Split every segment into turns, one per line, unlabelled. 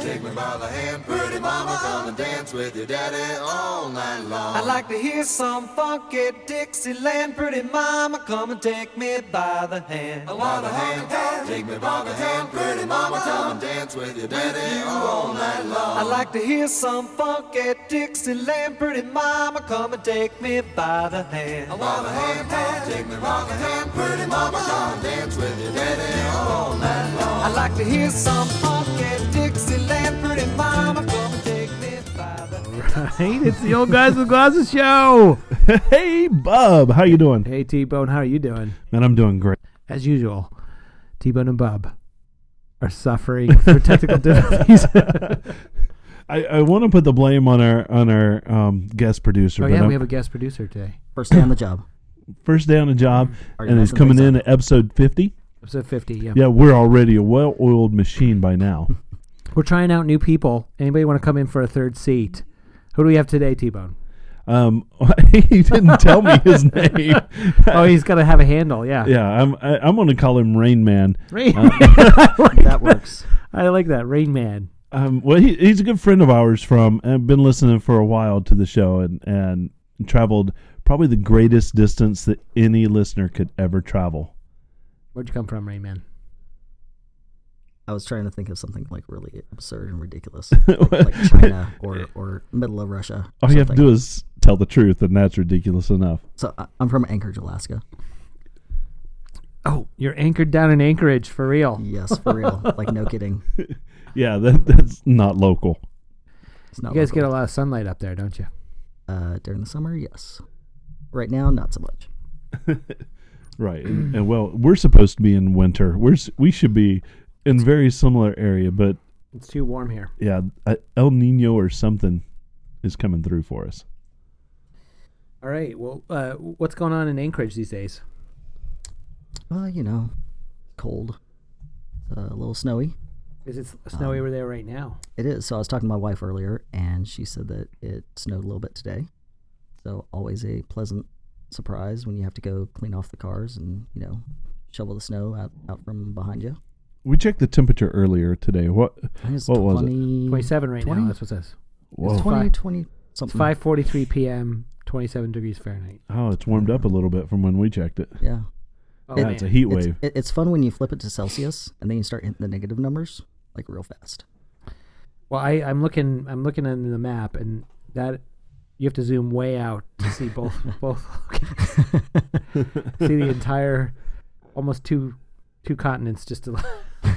Take me by the hand, pretty mama, come and dance with your daddy all night long.
I'd like to hear some funky Dixieland. Pretty mama, come and take me by the hand.
I want a hand, take me by the hand, pretty mama, come and dance with your daddy all night long.
I'd like to hear some funky Dixieland. Pretty mama, come and take me by the hand.
I want a hand, take me by the hand, pretty mama, come and dance with your daddy all night long.
I'd like to hear some funky Dixieland. Pretty mama, come and take me by the hand.
Right? It's the old guys with glasses show.
hey, Bob, how you doing?
Hey, T Bone, how are you doing?
Man, I'm doing great.
As usual, T Bone and Bob are suffering from technical difficulties.
I, I want to put the blame on our on our um, guest producer.
oh
but
yeah,
I'm-
we have a guest producer today,
First day on the job.
first day on the job,
Mm-hmm.
Already
and he's
messing
coming
things
in at episode 50.
episode fifty. Yeah.
Yeah, we're already a well-oiled machine by now.
we're trying out new people. Anybody want to come in for a third seat? Who do we have today, T Bone?
Um, he didn't tell me his name.
Oh, he's got to have a handle. Yeah. Uh,
yeah, I'm I, I'm going to call him Rain Man.
Rain.
That works.
I like that Rain Man.
Um, well, he, he's a good friend of ours from, and I've been listening for a while to the show, and and traveled probably the greatest distance that any listener could ever travel.
Where'd you come from, Rain Man?
I was trying to think of something like really absurd and ridiculous, like, like China or, or middle of Russia.
All Oh, you have to do is tell the truth, and that's ridiculous enough.
So I- I'm from Anchorage, Alaska.
Oh, you're anchored down in Anchorage for real.
Yes, for real. like no kidding.
Yeah, that that's not local.
It's not
You guys get a
local.
lot of sunlight up there, don't you?
uh, during the summer. Yes. Right now, not so much.
Right. And, and well, we're supposed to be in winter. We're s- we should be in very similar area, but
It's too warm here.
yeah, uh, El Nino or something is coming through for us.
All right. Well, uh, what's going on in Anchorage these days?
Well, you know, cold, uh, a little snowy.
Is it s- snowy over there right now?
It is. So I was talking to my wife earlier, and she said that it snowed a little bit today. So always a pleasant surprise when you have to go clean off the cars and you know shovel the snow out, out from behind you.
We checked the temperature earlier today. What?
I think it's
What was it?
20
Twenty-seven right
Twenty?
now. mm, That's what it says. Mm.
Whoa.
It's 20,
Five.
20
It's
something.
five forty-three p.m. Twenty-seven degrees Fahrenheit.
Oh, it's warmed up a little bit from when we checked it.
Yeah.
Oh,
Yeah,
man.
It's a heat
It's,
wave.
it- it's fun when you flip it to Celsius and then you start hitting the negative numbers like real fast.
well, I, I'm looking. I'm looking on the map, and that you have to zoom way out to see both both locations. see the entire, almost two two continents, just a, a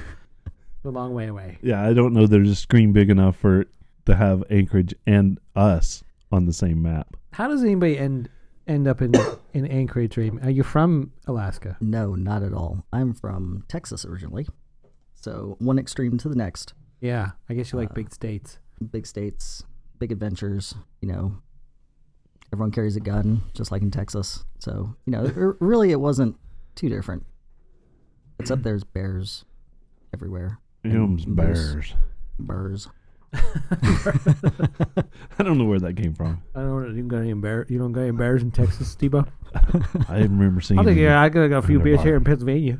long way away.
Yeah, I don't know. There's a screen big enough for to have Anchorage and us on the same map.
How does anybody end end up in in Anchorage? Raymond? Are you from Alaska?
No, not at all. I'm from Texas originally. So one extreme to the next.
Yeah, I guess you like big states.
Big states, big adventures, you know. Everyone carries a gun, just like in Texas. So, you know, r- really it wasn't too different. Except there's bears everywhere.
Yums
there's-
bears.
Burrs.
I don't know where that came from.
I don't know. You got any bear? You don't got any bears in Texas, Stebo?
I didn't remember seeing.
I think
it.
yeah, I got, got a few
Under
beers here
bar.
in Pennsylvania.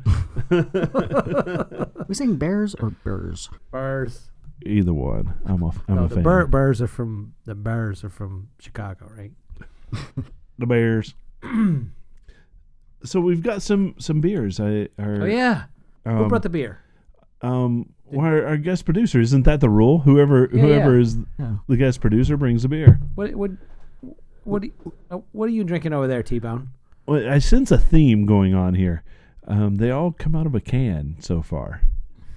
We saying bears or burrs?
Bears.
Either one. I'm a I'm
No,
a
the
fan.
bur- bears are from the bears are from Chicago, right?
the Bears. so we've got some some beers. I our,
Oh yeah.
um,
Who brought the beer?
um well, our, our guest producer isn't that the rule? Whoever
Yeah,
whoever
yeah.
is
Yeah.
the guest producer brings a beer.
What what what do you, uh, what are you drinking over there, T Bone?
Well, I sense a theme going on here. Um, they all come out of a can so far.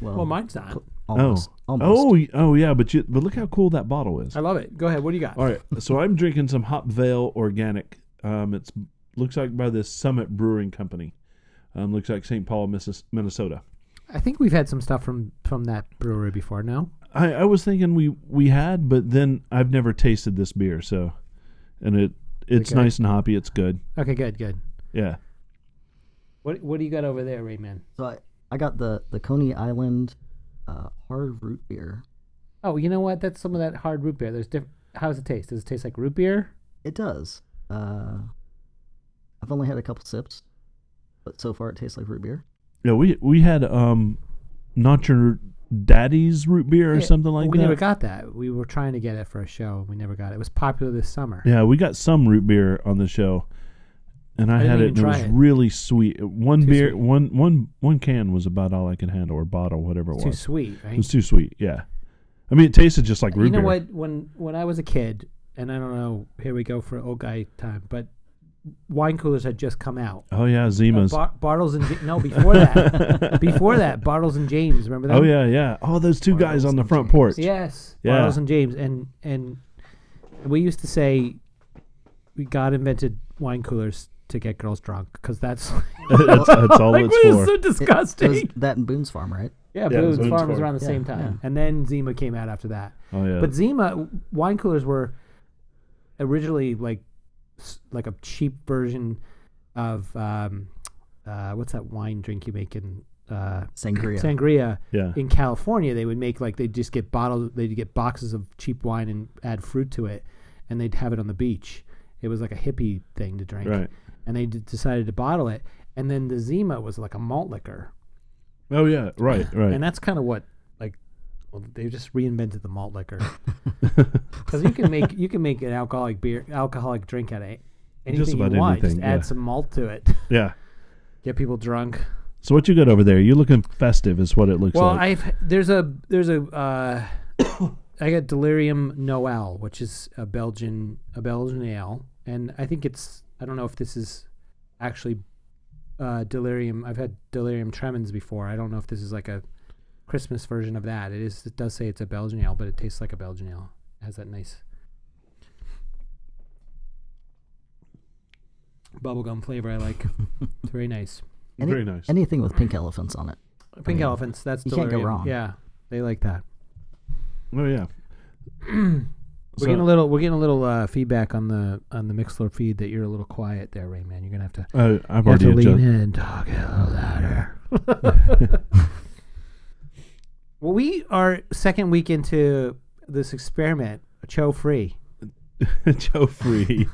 Well,
Well,
Um,
mine's not.
almost.
oh,
Almost.
oh, y- oh yeah, but you but look how cool that bottle is.
I love it. Go ahead. What do you got?
All right, so I'm drinking some Hop Vale Organic. Um, it's looks like by this Summit Brewing Company. Um, looks like St. Paul, Missis- Minnesota.
I think we've had some stuff from from that brewery before. No.
I, I was thinking we we had, but then I've never tasted this beer, so and it it's
Okay.
nice and hoppy. It's good.
Okay. Good. Good.
Yeah.
What what do you got over there, Rayman?
So I, I got the the Coney Island uh, hard root beer.
Oh, you know what? That's some of that hard root beer. There's different. How does it taste? Does it taste like root beer?
It does. Uh, I've only had a couple sips, but so far it tastes like root beer.
Yeah, we we had um Nacho Daddy's root beer or
Yeah,
something like
we
that.
never got that. We were trying to get it for a show. We never got it. It was popular this summer.
yeah, we got some root beer on the show, and I,
I
had it.
didn't
And
even
it was
try it.
really sweet. One
Too
beer,
sweet.
one one one can was about all I could handle, or bottle, whatever it
Too
was.
sweet,
It
right?
was too sweet. Yeah, I mean, it tasted just like root
you know
beer.
what? When when I was a kid, and I don't know, here we go for old guy time, but wine coolers had just come out.
Oh yeah,
Uh,
Zimas.
Bar- Bartles and Ja- no before that, before that, Bartles and James. Remember that?
oh yeah, yeah. Oh, those two guys on the front porch.
Yes.
Yeah.
Bartles and James, and and we used to say, we God invented wine coolers to get girls drunk because that's
that's, that's all
like
it's
this
for.
is so disgusting.
It was that and Boone's Farm, right?
yeah,
Yeah, it was
Boone's
Boone's
Farm was
Farm.
around the
Yeah,
same time,
yeah.
and then Zima came out after that.
oh yeah.
But Zima w- wine coolers were originally like s- like a cheap version of um, uh, what's that wine drink you make in uh,
Sangria.
sangria
yeah.
in California. They would make like they'd just get bottles, they'd get boxes of cheap wine and add fruit to it, and they'd have it on the beach. It was like a hippie thing to drink,
Right.
and they d- decided to bottle it. And then the Zima was like a malt liquor,
Oh yeah. Right. Right.
and that's kind of what like well, they just reinvented the malt liquor because you can make you can make an alcoholic beer alcoholic drink out of a- anything
about
you want.
anything,
just add
yeah.
some malt to it,
yeah.
get people drunk.
So what you got over there? You're looking festive, is what it looks
Well,
like.
I've there's a there's a uh, I got Delirium Noel, which is a Belgian a Belgian ale, and I think it's I don't know if this is actually uh, Delirium. I've had Delirium Tremens before. I don't know if this is like a Christmas version of that. It is. It does say it's a Belgian ale, but it tastes like a Belgian ale. It has that nice bubblegum flavor. I like. it's very nice.
Any-
Very nice.
Anything with pink elephants on it.
Pink
mean,
elephants. That's
you can't
Delirium.
go wrong.
Yeah, they like that.
oh yeah.
We're
So-
getting a little we're getting a little uh, feedback on the on the Mixler feed that you're a little quiet there, Rayman. You're gonna have to,
Uh, I've
you have
already
to lean
adjusted.
in and talk a little louder. well, we are second week into this experiment, Cho Free.
Joe Free.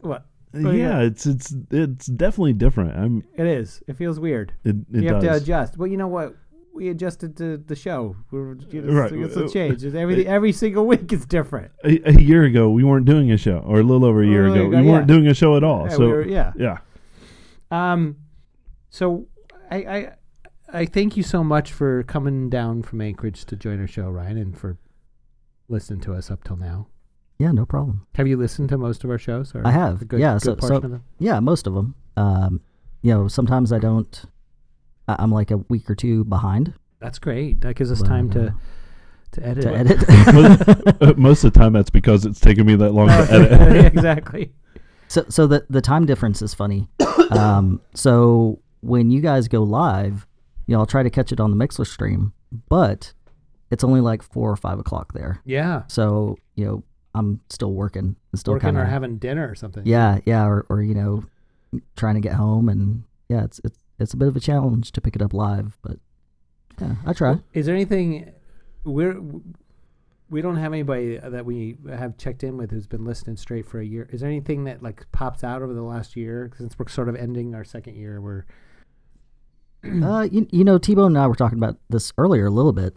What Oh, yeah.
yeah, it's it's it's definitely different. I'm.
it is. It feels weird.
It, it
you
does.
have to adjust. Well, you know what? We adjusted to the show. We're, it's,
Right.
it's a change. It's Every every single week is different.
a, a year ago, we weren't doing a show, or a little over a year
little
ago,
ago,
we weren't
Oh, yeah.
doing a show at all.
Yeah, we
so
were- yeah.
yeah,
Um, so I, I I thank you so much for coming down from Anchorage to join our show, Ryan, and for listening to us up till now.
Yeah, no problem.
Have you listened to most of our shows? Or
I have.
a good-
yeah,
good
so,
portion
so-
of them?
yeah, most of them. Um, you know, sometimes I don't. I, I'm like a week or two behind
That's great. That gives us
Well,
time
uh,
to to edit.
to
it.
edit.
Uh, most of the time that's because it's taken me that long to edit.
Oh, Yeah, exactly.
so, so the the time difference is funny. Um, so when you guys go live, you know, I'll try to catch it on the Mixler stream, but it's only like four or five o'clock there.
Yeah,
So you know, I'm still working. and still
working
kind
or
of
having dinner or something.
yeah, yeah, or, or you know, trying to get home and yeah, it's it's it's a bit of a challenge to pick it up live, but yeah, I try.
Is there anything we're we don't have anybody that we have checked in with who's been listening straight for a year. Is there anything that like pops out over the last year since we're sort of ending our second year? We're
uh, you, you know, T Bone and I were talking about this earlier a little bit,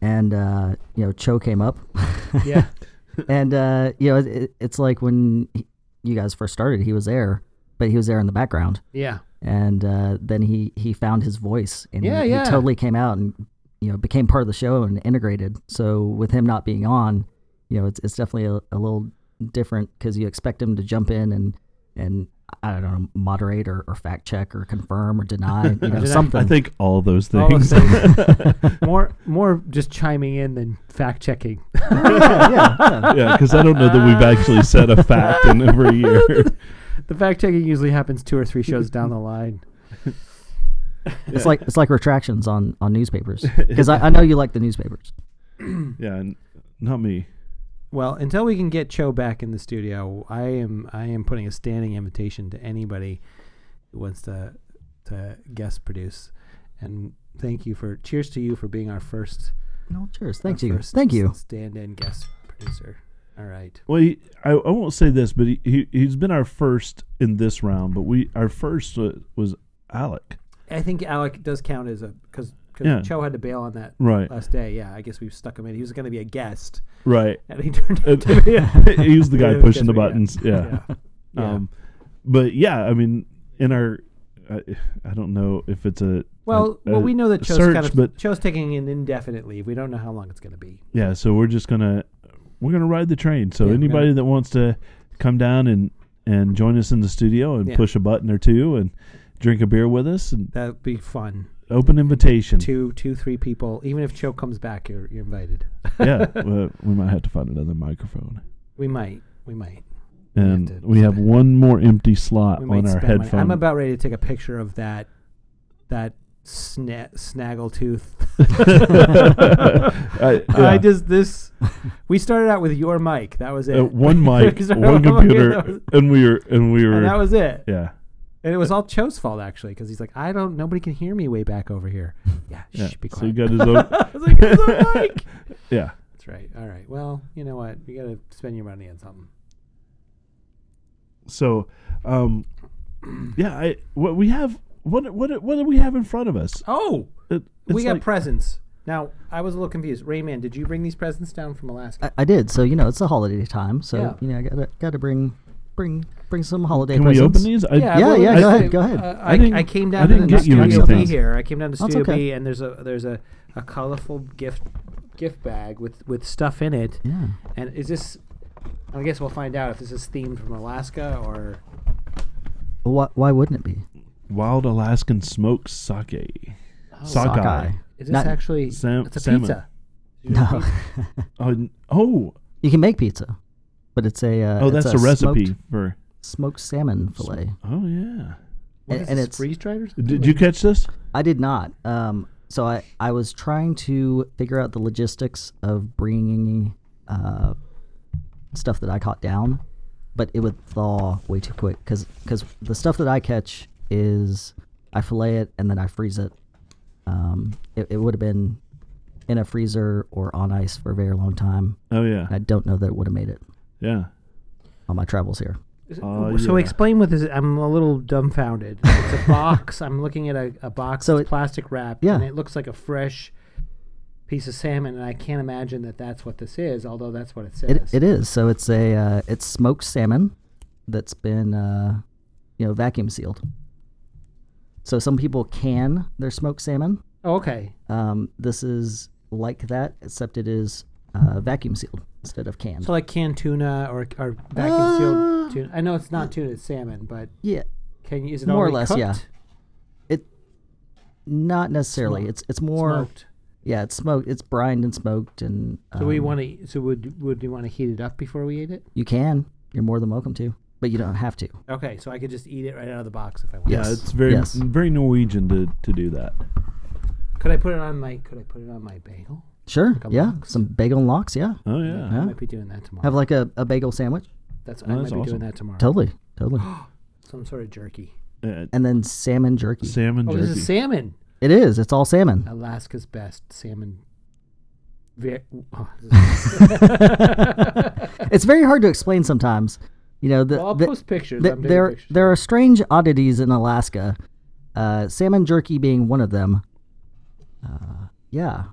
and uh, you know, Cho came up,
yeah,
and uh, you know, it, it's like when he, you guys first started, he was there, but he was there in the background,
yeah,
and uh, then he he found his voice, and
Yeah,
he,
yeah.
he totally came out and you know became part of the show and integrated. So with him not being on, you know, it's it's definitely a, a little different because you expect him to jump in and and. I don't know, moderate or, or fact check or confirm or deny, you know,
Deny.
something.
I think all those
All those
things.
things. more more just chiming in than fact checking.
yeah, yeah, yeah.
yeah, because I don't know that we've actually said a fact in over a year.
The fact checking usually happens two or three shows down the line.
It's like it's like retractions on on newspapers because I, I know you like the newspapers.
yeah, n- not me.
Well, until we can get Cho back in the studio, I am I am putting a standing invitation to anybody who wants to to guest produce. And thank you for cheers to you for being our first
No, cheers. Thank
our
you.
first
Thank you.
stand-in guest producer. All right.
Well, he, I, I won't say this, but he, he he's been our first in this round. But we our first wa- was Alec.
I think Alec does count as a because because
Yeah.
Cho had to bail on that
Right.
last day. Yeah, I guess we stuck him in. He was going to be a guest,
Right.
and he turned out
And-
to be a-
he was the guy
Yeah,
pushing the
yeah.
buttons. Yeah.
yeah.
Um, but yeah, I mean, in our, I, I don't know if it's a
Well,
a- a
well, we know that Cho's,
search,
kind of,
but
Cho's taking an indefinite leave. We don't know how long it's going to be.
yeah. So we're just gonna we're gonna ride the train. So
Yeah, we're
anybody
gonna-
that wants to come down and and join us in the studio and
Yeah.
push a button or two and drink a beer with us and
That'd be fun.
open invitation.
Two, two, three people. Even if Cho comes back, you're, you're invited.
yeah, well, we might have to find another microphone.
We might. We might. have
And we have,
to
one more empty slot
We
on
might
our
spend money.
headphone.
I'm about ready to take a picture of that that sna- snaggletooth.
I- yeah.
I just this. We started out with your mic. That was it.
Uh, one mic,
We started
one
out with
computer,
that was-
and we were and we were
and that was it.
yeah.
And it was all Cho's fault actually, because he's like, I don't. Nobody can hear me way back over here. Yeah,
yeah.
shh, be
So he got
quiet.
his own.
I was like, "It's a mic."
yeah,
That's right. All right. Well, you know what? You gotta spend your money on something.
So, um, yeah, I what we have what what what do we have in front of us?
Oh,
It-
we
it's
got
like-
presents. Now I was a little confused. Rayman, did you bring these presents down from Alaska?
I, I did. So you know, it's the holiday time. So
Yeah.
you know, I gotta gotta bring bring bring some holiday.
can we
presents.
open these? I,
Yeah,
well,
yeah,
I-
go ahead, go ahead.
Uh,
I
I,
didn't-
I came
I
down
didn't
to the
get you
Studio B
anything.
here. I came down to
That's
Studio
okay.
B, and there's a there's a, a colorful gift gift bag with with stuff in it.
Yeah.
And is this? I guess we'll find out if this is themed from Alaska or
Well, why, why wouldn't it be?
Wild Alaskan smoked sake. Sockeye.
Sockeye.
is this
Not-
actually?
Sam-
it's a
salmon.
pizza.
No.
Oh, n- oh,
you can make pizza, but it's a uh,
oh,
it's
that's a, recipe
smoked,
for.
smoked salmon fillet.
Oh yeah.
What
And-
is
and
this,
it's-
freeze dried or something?
Did you catch this?
I did not. Um, so I, I was trying to figure out the logistics of bringing uh, stuff that I caught down, but it would thaw way too quick because the stuff that I catch is I fillet it and then I freeze it. Um, it it would have been in a freezer or on ice for a very long time.
Oh yeah,
And I don't know that it would have made it
yeah. Uh,
on my travels here.
Oh,
so
yeah.
explain what this is. I'm a little dumbfounded. It's a box. I'm looking at a, a box
So
that's
it-
plastic wrapped,
yeah.
and it looks like a fresh piece of salmon, and I can't imagine that that's what this is, although that's what it says.
It, it is. So it's a uh, it's smoked salmon that's been uh, you know vacuum sealed. So some people can their smoked salmon.
Oh, okay.
Um, this is like that, except it is uh, vacuum sealed instead of canned.
So like canned tuna or, or vacuum
Ah.
sealed tuna. I know it's not tuna, it's salmon, but
yeah,
can you, is it
more or
already
less.
cooked?
Yeah, it not necessarily. It's it's more.
Smoked.
Yeah, it's smoked. It's brined and smoked, and
So we
um,
want to. So would would you want to heat it up before we eat it?
You can. You're more than welcome to, but you don't have to.
Okay, so I could just eat it right out of the box if I want.
Yeah,
Yes.
it's very
Yes.
very Norwegian to to do that.
Could I put it on my? Could I put it on my bagel?
Sure.
a
yeah,
lox?
some bagel and lox. Yeah.
Oh yeah.
I
Huh?
might be doing that tomorrow.
Have like a, a bagel sandwich.
That's I
Oh,
might
that's
be
awesome.
doing that tomorrow.
Totally, totally.
Some sort of jerky.
Uh,
and then salmon jerky.
salmon
Oh,
jerky.
this is salmon.
It is. It's all salmon.
Alaska's best salmon. Ve- oh, this is-
it's very hard to explain sometimes. You know, the,
well, I'll
the-
post pictures.
the-
I'm taking
there
pictures.
there are strange oddities in Alaska. Uh, salmon jerky being one of them. Uh, yeah,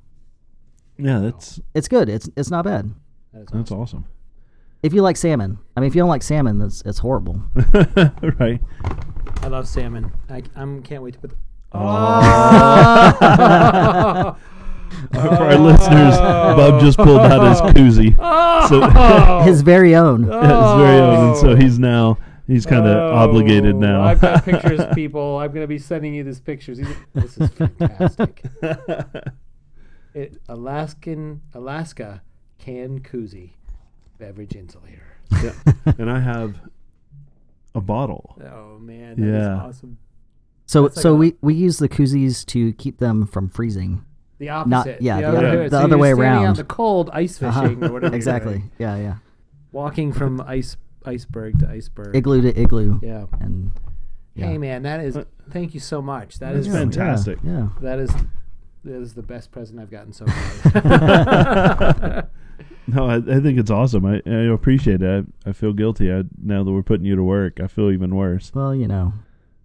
yeah, that's
it's good. It's it's not bad.
That is
that's awesome.
If you like salmon, I mean, if you don't like salmon, that's it's horrible.
right.
I love salmon. I I'm, can't wait to put.
For our listeners, Bub just pulled out his koozie. So
Oh.
His very own.
his very own, and so he's now he's kind of
Oh,
obligated now.
I've got pictures, people. I'm going to be sending you these pictures. These are-
This is fantastic. it, Alaskan Alaska can koozie beverage insulator.
Yeah. And I have a bottle.
Oh man, that is
Yeah.
awesome.
So
like
so
a-
we, we use the koozies to keep them from freezing.
The opposite.
yeah, the
other-
way-
the other
you're
way
standing out in
around. Uh-huh.
the cold ice fishing or whatever. you're
Exactly.
doing.
Yeah, yeah.
Walking from ice iceberg to iceberg.
Igloo to igloo.
yeah.
And yeah.
Hey man, that is. Thank you so much. That is
That's fantastic.
yeah.
that is that is the best present I've gotten so far.
No, I, I think it's awesome. I, I appreciate it. I, I feel guilty I, now that we're putting you to work. I feel even worse.
Well, you know,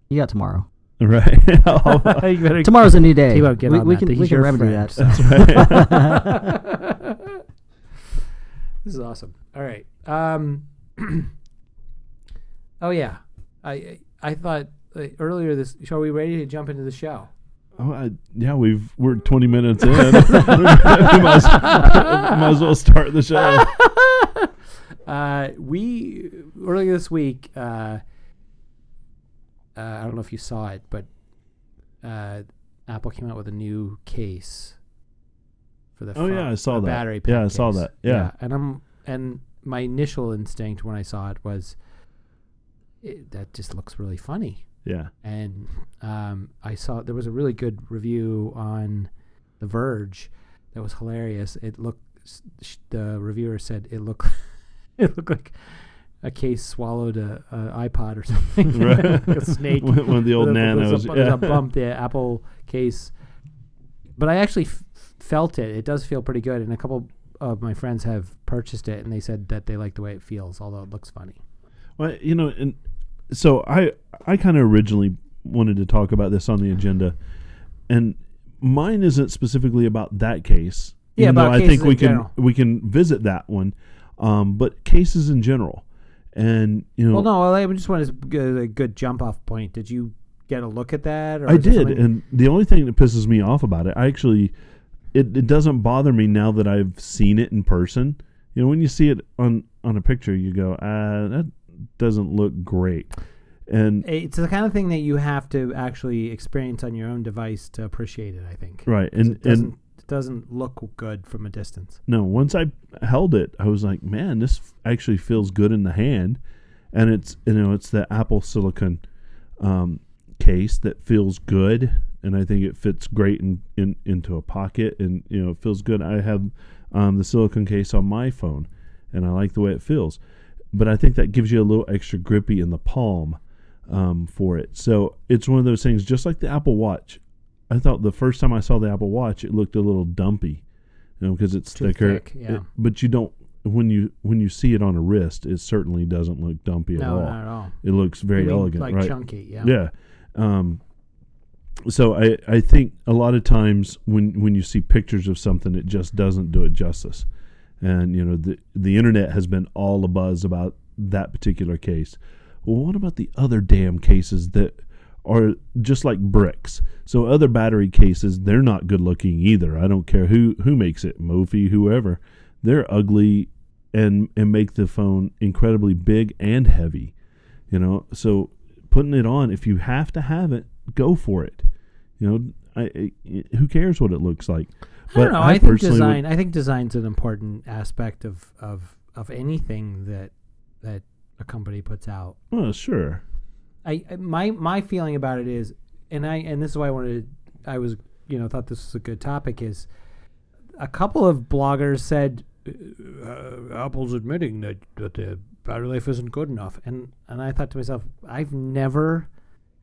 you got tomorrow.
Right.
you better
Tomorrow's a new day.
T-Bone, get
we,
on
we
that.
can
He's
we can
your
remedy
friend.
that.
This is awesome. All right. Um, oh yeah, I I thought uh, earlier this. So are we ready to jump into the show?
Oh, I, yeah, we've we're twenty minutes in. we might, as, might as well start the show.
Uh, we earlier this week. Uh, uh, I don't know if you saw it, but uh, Apple came out with a new case for the
Oh,
phone,
yeah, I saw
a
that.
battery.
Yeah,
pack
I saw
case.
that. Yeah.
and I'm and my initial instinct when I saw it was it, that just looks really funny.
Yeah.
and um, I saw there was a really good review on The Verge that was hilarious. It looked s- sh- the reviewer said it looked it looked like a case swallowed a, a iPod or something,
Right.
like a snake.
One one of the old
There's a-
nanos.
There's a, there's a
yeah.
bump there, Apple case. But I actually f- felt it. It does feel pretty good, and a couple of my friends have purchased it, and they said that they like the way it feels, although it looks funny.
Well, you know, and so I I kind of originally wanted to talk about this on the agenda, and mine isn't specifically about that case.
Yeah,
even though
about
I
cases
think we
in
can
general.
we can visit that one, um, but cases in general, and you know,
Well, no, I just want to get a good jump off point. Did you get a look at that? Or
I
is it
did,
something-
and the only thing that pisses me off about it, I actually, it, it doesn't bother me now that I've seen it in person. You know, when you see it on on a picture, you go, uh, that doesn't look great, and
it's the kind of thing that you have to actually experience on your own device to appreciate it. I think.
right, and
It doesn't,
and
it doesn't look good from a distance.
no, once I held it, I was like, man, this f- actually feels good in the hand, and it's you know, it's the Apple Silicon um, case that feels good, and I think it fits great in, in into a pocket, and you know, it feels good. I have um, the silicon case on my phone, and I like the way it feels, but I think that gives you a little extra grippy in the palm um, for it. So it's one of those things, just like the Apple Watch. I thought the first time I saw the Apple Watch, it looked a little dumpy, you know, because it's
Too
thicker.
thick, yeah.
It- but you don't when you when you see it on a wrist, it certainly doesn't look dumpy at
No,
all.
not at all.
It looks very
You mean,
elegant,
like
right?
chunky. Yeah.
Yeah. Um, so I, I think a lot of times when, when you see pictures of something, it just doesn't do it justice. And you know the the internet has been all abuzz about that particular case. Well, what about the other damn cases that are just like bricks? So other battery cases, they're not good looking either. I don't care who who makes it, Mophie, whoever. They're ugly and and make the phone incredibly big and heavy you know so putting it on if you have to have it go for it you know I, I- who cares what it looks like
I don't know. I, think
personally would-
design. I think design's an important aspect of of of anything that that a company puts out.
well Oh, sure
I I- my my feeling about it is, and I and this is why I wanted I was you know thought this was a good topic is a couple of bloggers said uh, Apple's admitting that that the battery life isn't good enough, and and I thought to myself I've never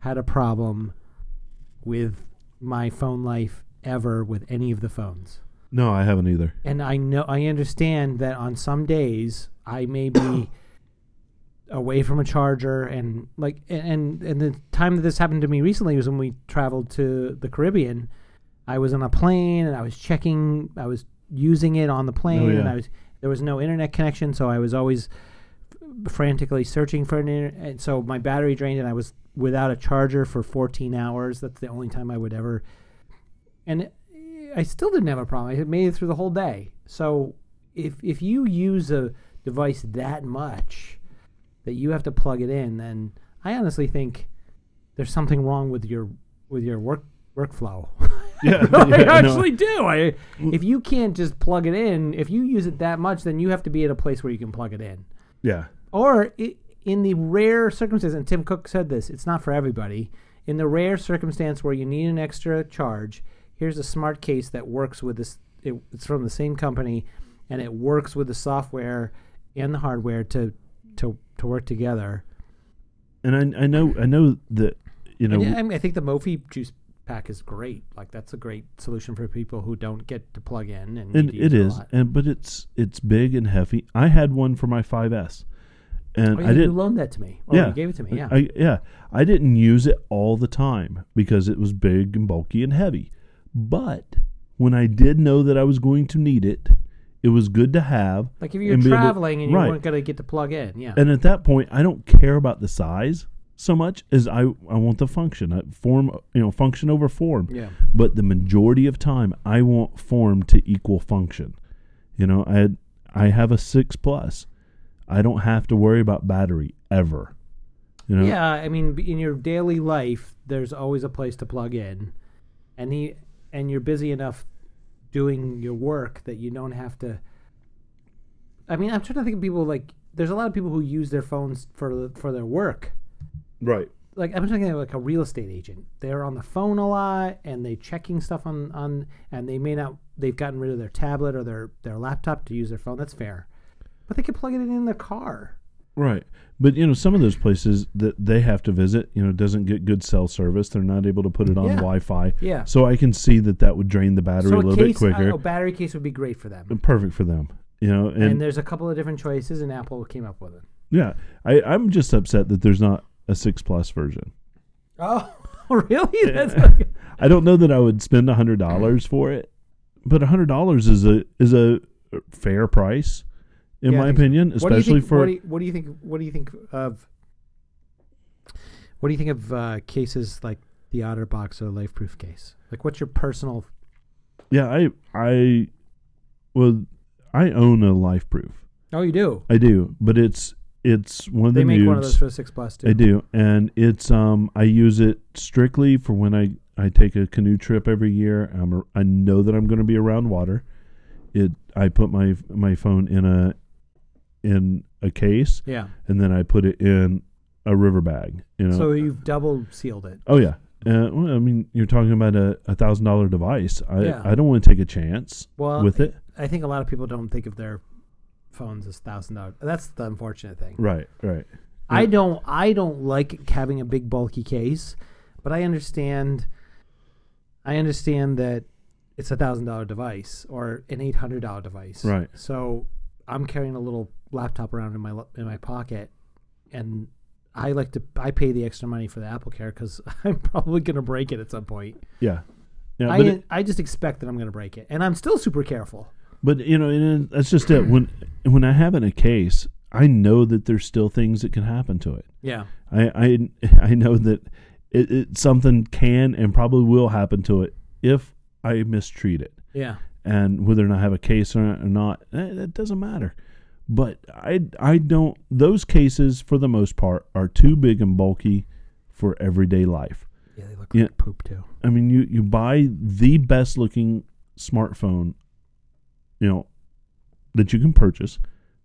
had a problem with my phone life ever with any of the phones
no i haven't either
and I know I understand that on some days I may be away from a charger and like and and the time that this happened to me recently was when we traveled to the Caribbean. I was on a plane and I was checking I was using it on the plane and
yeah.
I was there was no internet connection so I was always frantically searching for an internet and so my battery drained and I was without a charger for 14 hours. That's the only time I would ever and I still didn't have a problem. I had made it through the whole day. So if if you use a device that much that you have to plug it in, then I honestly think there's something wrong with your with your work workflow.
yeah,
I
yeah, no.
actually do. I if you can't just plug it in, if you use it that much, then you have to be at a place where you can plug it in
yeah
or i in the rare circumstance, and Tim Cook said this, it's not for everybody. In the rare circumstance where you need an extra charge, here's a smart case that works with this. It, it's from the same company, and it works with the software and the hardware to to to work together.
and I, I know i know that you know
And I, mean, I think the Mophie juice pack is great. Like that's a great solution for people who don't get to plug in and, need
and
to
it
use a
is
lot.
and but it's it's big and heavy i had one for my 5s and
Oh,
I
yeah, you
didn't.
loaned that to me. Or
yeah,
Oh, you gave it to me. Yeah.
I, yeah. I didn't use it all the time because it was big and bulky and heavy. But when I did know that I was going to need it, it was good to have.
like if you're
and be able-
traveling and you
right.
weren't going to get to plug in. Yeah.
And at that point, I don't care about the size so much as I, I want the function. I form, you know, function over form.
Yeah.
But the majority of time, I want form to equal function. You know, I I have a six plus. I don't have to worry about battery ever. You know,
Yeah, I mean, b- in your daily life, there's always a place to plug in, and he and you're busy enough doing your work that you don't have to. I mean, I'm trying to think of people like there's a lot of people who use their phones for for their work.
right.
Like I'm thinking of like a real estate agent. They're on the phone a lot and they checking stuff on on and they may not they've gotten rid of their tablet or their their laptop to use their phone. That's fair, but they can plug it in in their car.
Right. But you know, some of those places that they have to visit, you know, doesn't get good cell service. They're not able to put it on
Yeah.
Wi-Fi.
Yeah.
So I can see that that would drain the battery a
so a,
little bit
case, uh,
quicker.
a, a battery case would be great for them.
Perfect for them. You know, and,
and, there's a couple of different choices, and Apple came up with it.
yeah, I, I'm just upset that there's not a six plus version.
Oh, really? That's like,
I don't know that I would spend hundred dollars for it, but hundred dollars is a is a fair price, in
Yeah, I
my
think so.
opinion,
what do you
especially
think,
for
what do, you, what do you think? What do you think of? What do you think of uh, cases like the OtterBox or Life Proof case? Like, what's your personal?
yeah. I I well, I own a life proof.
Oh, you do.
I do, but it's it's one of
They
the
make
nudes.
one of those for the six plus too.
I do, and it's um I use it strictly for when I I take a canoe trip every year. I'm a, I know that I'm going to be around water. It I put my my phone in a in a case,
Yeah.
and then I put it in a river bag. You know.
So you've double sealed it.
oh yeah. Uh, well, I mean, you're talking about a a thousand dollar device. I
Yeah.
I don't want to take a chance
Well,
with it.
I think a lot of people don't think of their phones as thousand dollars. That's the unfortunate thing.
Right. Right.
I don't I don't like having a big bulky case, but I understand I understand that it's a thousand dollar device or an eight hundred dollar device.
Right.
So I'm carrying a little laptop around in my lo- in my pocket, and I like to I pay the extra money for the Apple Care because I'm probably gonna break it at some point.
Yeah. Yeah.
I
but it-
I just expect that I'm gonna break it, and I'm still super careful.
But you know, and it- that's just it. When when I have it in a case, I know that there's still things that can happen to it.
Yeah.
I I, I know that it, it something can and probably will happen to it if I mistreat it,
Yeah.
and whether or not I have a case or or not, eh, that doesn't matter. But I I don't. Those cases, for the most part, are too big and bulky for everyday life.
Yeah, they look
Yeah.
like poop too.
I mean, you you buy the best looking smartphone, you know, that you can purchase,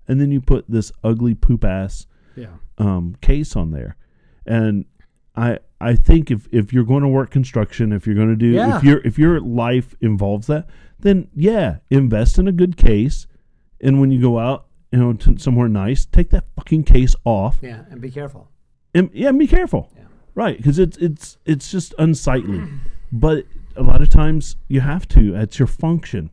and then you put this ugly poop ass
Yeah.
um, case on there, and I I think if if you're going to work construction, if you're going to do
Yeah.
if your if your life involves that, then yeah, invest in a good case, and when you go out, you know, to somewhere nice, take that fucking case off,
Yeah, and be careful.
and yeah, and be careful.
Yeah.
Right, because it's it's it's just unsightly. but a lot of times you have to. It's your function.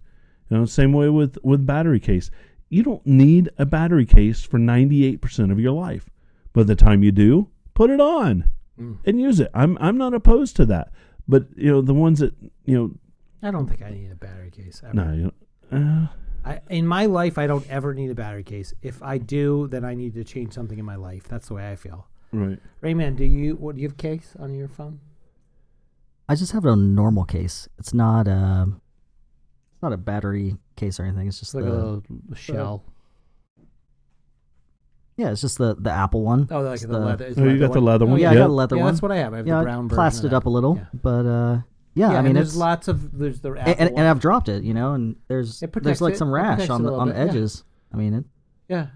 You know, same way with with battery case. You don't need a battery case for ninety eight percent of your life. By the time you do, put it on
Mm.
and use it. I'm I'm not opposed to that. But you know the ones that you know.
I don't think I need a battery case. Ever.
Nah, you know, uh,
I, in my life, I don't ever need a battery case. If I do, then I need to change something in my life. That's the way I feel.
right.
Rayman, do you what do you have case on your phone?
I just have it on a normal case. It's not a, it's not a battery case or anything. It's just
It's like
the
a little shell.
yeah, it's just the the Apple one.
oh, like the,
the-
leather. it's
Oh, you got the
one.
leather
Oh,
one?
yeah, I
yeah.
got a leather
yeah,
one.
that's what I have. I have
yeah,
the brown
I
version.
plastered
of
it up a little,
Yeah.
but uh, yeah,
Yeah,
I
and
mean
there's
it's
lots of there's the Apple
and, and,
one.
and I've dropped it, you know, and there's
It protects
there's like
it.
some
It
rash
protects
on
it a
the
little
on the
bit, yeah.
edges. I mean, it
yeah,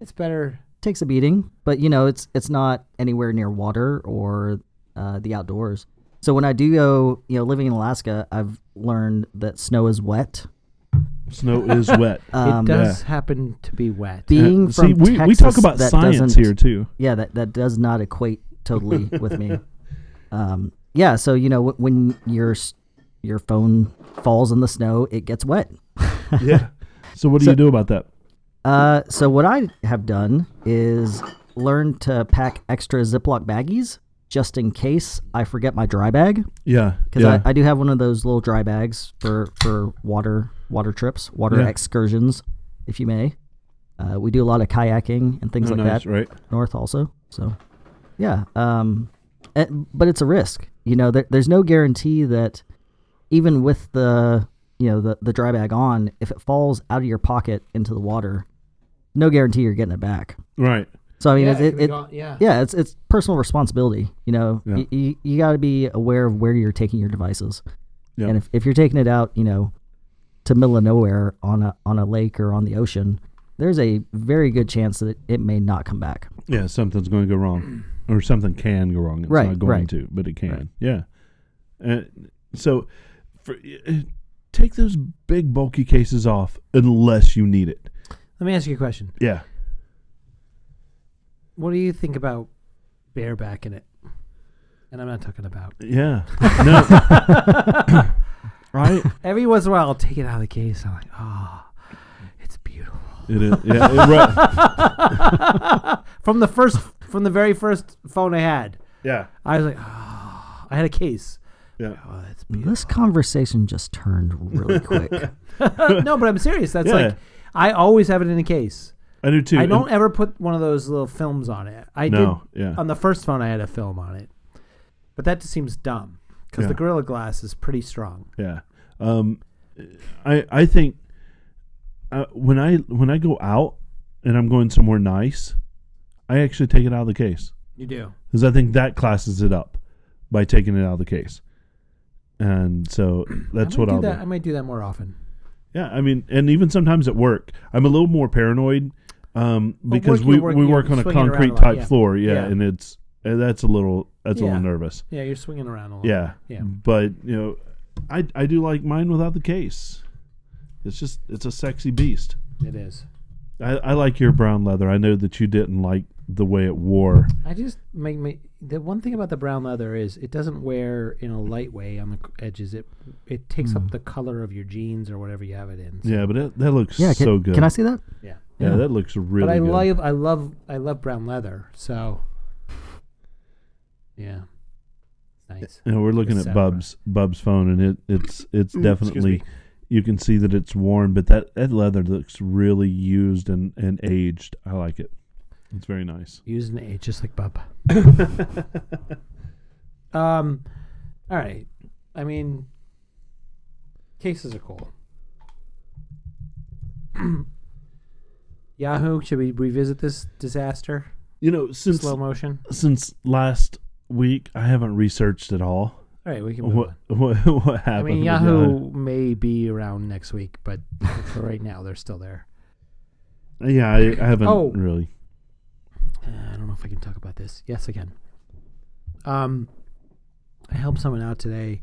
it's better.
takes a beating, but you know, it's it's not anywhere near water or uh, the outdoors. So when I do go, you know, living in Alaska, I've learned that snow is wet.
Snow is wet.
Um,
it does happen to be wet.
Being
Uh, See,
from
we,
Texas,
we talk about
that
science
doesn't-
here too.
yeah that, that does not equate totally with me um, yeah so you know wh- when your s- your phone falls in the snow it gets wet
Yeah. So what do you do about that?
uh, so what i have done is learned to pack extra Ziploc baggies just in case I forget my dry bag
Yeah.
because
Yeah.
I, I do have one of those little dry bags for for water water trips, water
Yeah.
excursions, if you may. Uh, we do a lot of kayaking and things
Oh,
like
nice,
that
Right.
north also. So, yeah. Um, eh, but it's a risk. You know, there, there's no guarantee that even with the you know the the dry bag on, if it falls out of your pocket into the water, no guarantee you're getting it back.
Right.
So I mean,
Yeah,
it,
it
it,
could've
it-
gone- yeah.
yeah, it's it's personal responsibility. You know,
Yeah.
Y- you, you got to be aware of where you're taking your devices,
Yeah.
and if, if you're taking it out, you know, to middle of nowhere on a on a lake or on the ocean, there's a very good chance that it, it may not come back.
Yeah, something's going to go wrong, or something can go wrong. It's
Right,
not going
right.
to, but it can. Yeah. And so, for, uh, take those big bulky cases off unless you need it.
Let me ask you a question.
Yeah.
What do you think about bareback in it? And I'm not talking about.
Yeah. No. right.
Every once in a while, I'll take it out of the case. I'm like, oh, it's beautiful.
It is. Yeah. it- right.
From the first, from the very first phone I had,
Yeah.
I was like, oh, I had a case.
Yeah.
Oh, that's beautiful.
This conversation just turned really quick.
no, but I'm serious. That's
Yeah.
like, I always have it in a case.
I do too.
I
And-
don't ever put one of those little films on it. I
No,
did
yeah.
on the first phone. I had a film on it, but that just seems dumb because
Yeah.
the Gorilla Glass is pretty strong.
Yeah. Um, I I think uh, when I when I go out and I'm going somewhere nice, I actually take it out of the case.
You do.
because I think that classes it up by taking it out of the case. And so that's
I might
what
do
I'll
that. I
do.
might do that more often.
Yeah, I mean, and even sometimes at work, I'm a little more paranoid um,
Well, Oh, work,
because
you
we,
work-
we
you
work on a
swing it around a
concrete
lot,
type
yeah.
floor, yeah,
Yeah.
and it's and that's a little that's a
Yeah.
little nervous,
Yeah, you're swinging around a lot.
yeah.
Yeah.
But you know, I I do like mine without the case. It's just it's a sexy beast.
it is.
I, I like your brown leather. I know that you didn't like the way it wore.
I just make me the one thing about the brown leather is it doesn't wear in a light way on the c- edges. It it takes up the color of your jeans or whatever you have it in. So-
Hmm. Yeah, but it, that looks
Yeah, can,
so good.
can I see that?
yeah.
yeah, that looks really.
But I
good.
love I love I love brown leather. So yeah, nice.
Yeah, we're looking
It's
at
separate.
Bub's Bub's phone, and it it's it's definitely
me.
you can see that it's worn, but that, that leather looks really used and, and aged. I like it. It's very nice.
Use an A just like Bub. um, all right. I mean, cases are cool. Yahoo, should we revisit this disaster?
You know, since
Slow motion.
since last week, I haven't researched at all
All right, we can move
what
on.
what, what happened.
I mean,
with
Yahoo may be around next week, but for right now, they're still there.
Yahoo. Yeah, I, I haven't
Oh.
really.
Uh, I don't know if I can talk about this. Yes, I can. Um, I helped someone out today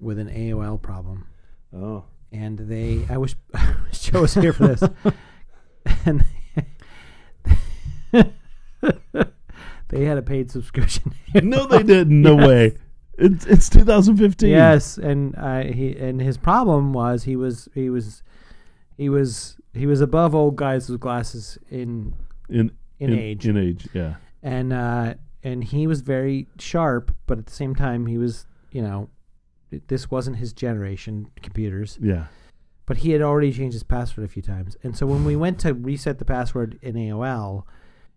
with an AOL problem,
Oh,
and they. I wish I wish Joe was here for this. and they had a paid subscription.
no, they didn't. No way. It's it's 2015.
yes, and I he and his problem was he was he was he was he was above old guys with glasses in
in,
In age.
In age, yeah.
and uh, and he was very sharp, but at the same time, he was you know, this wasn't his generation computers.
Yeah.
But he had already changed his password a few times, and so when we went to reset the password in AOL,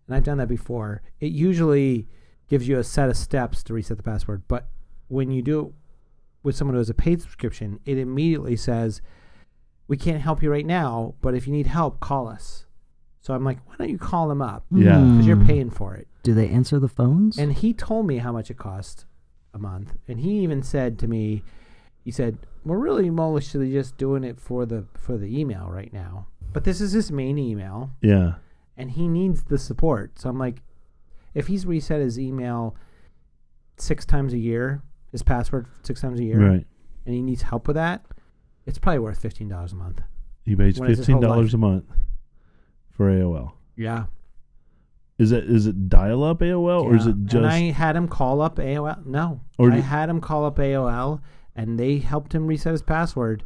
and I've done that before, it usually gives you a set of steps to reset the password. But when you do it with someone who has a paid subscription, it immediately says, "We can't help you right now, but if you need help, call us." So I'm like, "Why don't you call them up?
Yeah.
Because you're
Hmm.
paying for it."
Do they answer the phones?
And he told me how much it cost a month. And he even said to me, he said, We're really mostly just doing it for the for the email right now. But this is his main email
Yeah.
and he needs the support. So I'm like, if he's reset his email six times a year, his password six times a year,
Right.
and he needs help with that, it's probably worth fifteen dollars a month.
He pays
When is his whole
fifteen dollars
life?
a month for AOL.
Yeah.
Is it is it dial up AOL or Oh, is
Yeah.
it
And I
just
had him call up AOL. No,
Or
I
d-
had him call up AOL, and they helped him reset his password,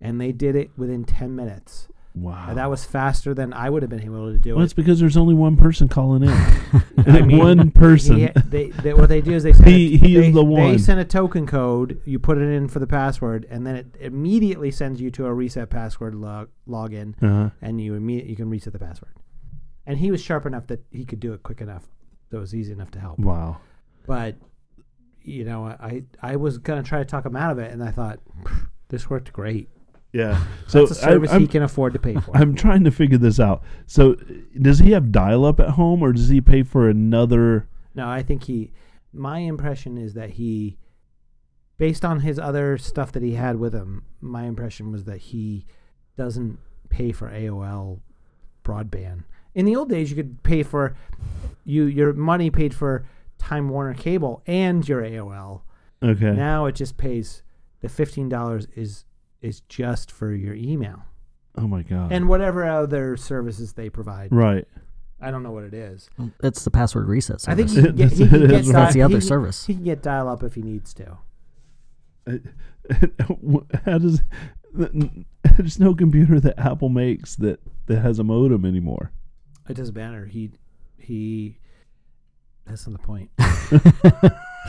and they did it within ten minutes.
Wow.
And that was faster than I would have been able to do
well,
it.
it's because there's only one person calling in. one person.
He- they, they, what they do is they send
He-
a,
he is
they,
the
They
one.
send a token code. You put it in for the password, and then it immediately sends you to a reset password log login,
Uh-huh.
and you immediately you can reset the password. And he was sharp enough that he could do it quick enough. That it was easy enough to help.
Wow.
But you know, I I was gonna try to talk him out of it, and I thought "Pff, this worked great.
Yeah. So
It's a service
I, am
he can afford to pay for.
I'm trying to figure this out. So does he have dial up at home or does he pay for another?
No, I think he. My impression is that he, based on his other stuff that he had with him, my impression was that he doesn't pay for AOL broadband. In the old days, you could pay for you your money paid for Time Warner Cable and your AOL.
Okay.
Now it just pays the fifteen dollars is is just for your email
oh my God.
and whatever other services they provide.
right.
I don't know what it is.
It's the password reset.
I think
service.
he can get, he
That's-
can get
that's
right. the
dial-
other
he-
service.
He can get dial up if he needs to.
How does there's no computer that Apple makes that that has a modem anymore?
It doesn't matter. He he. That's not the point.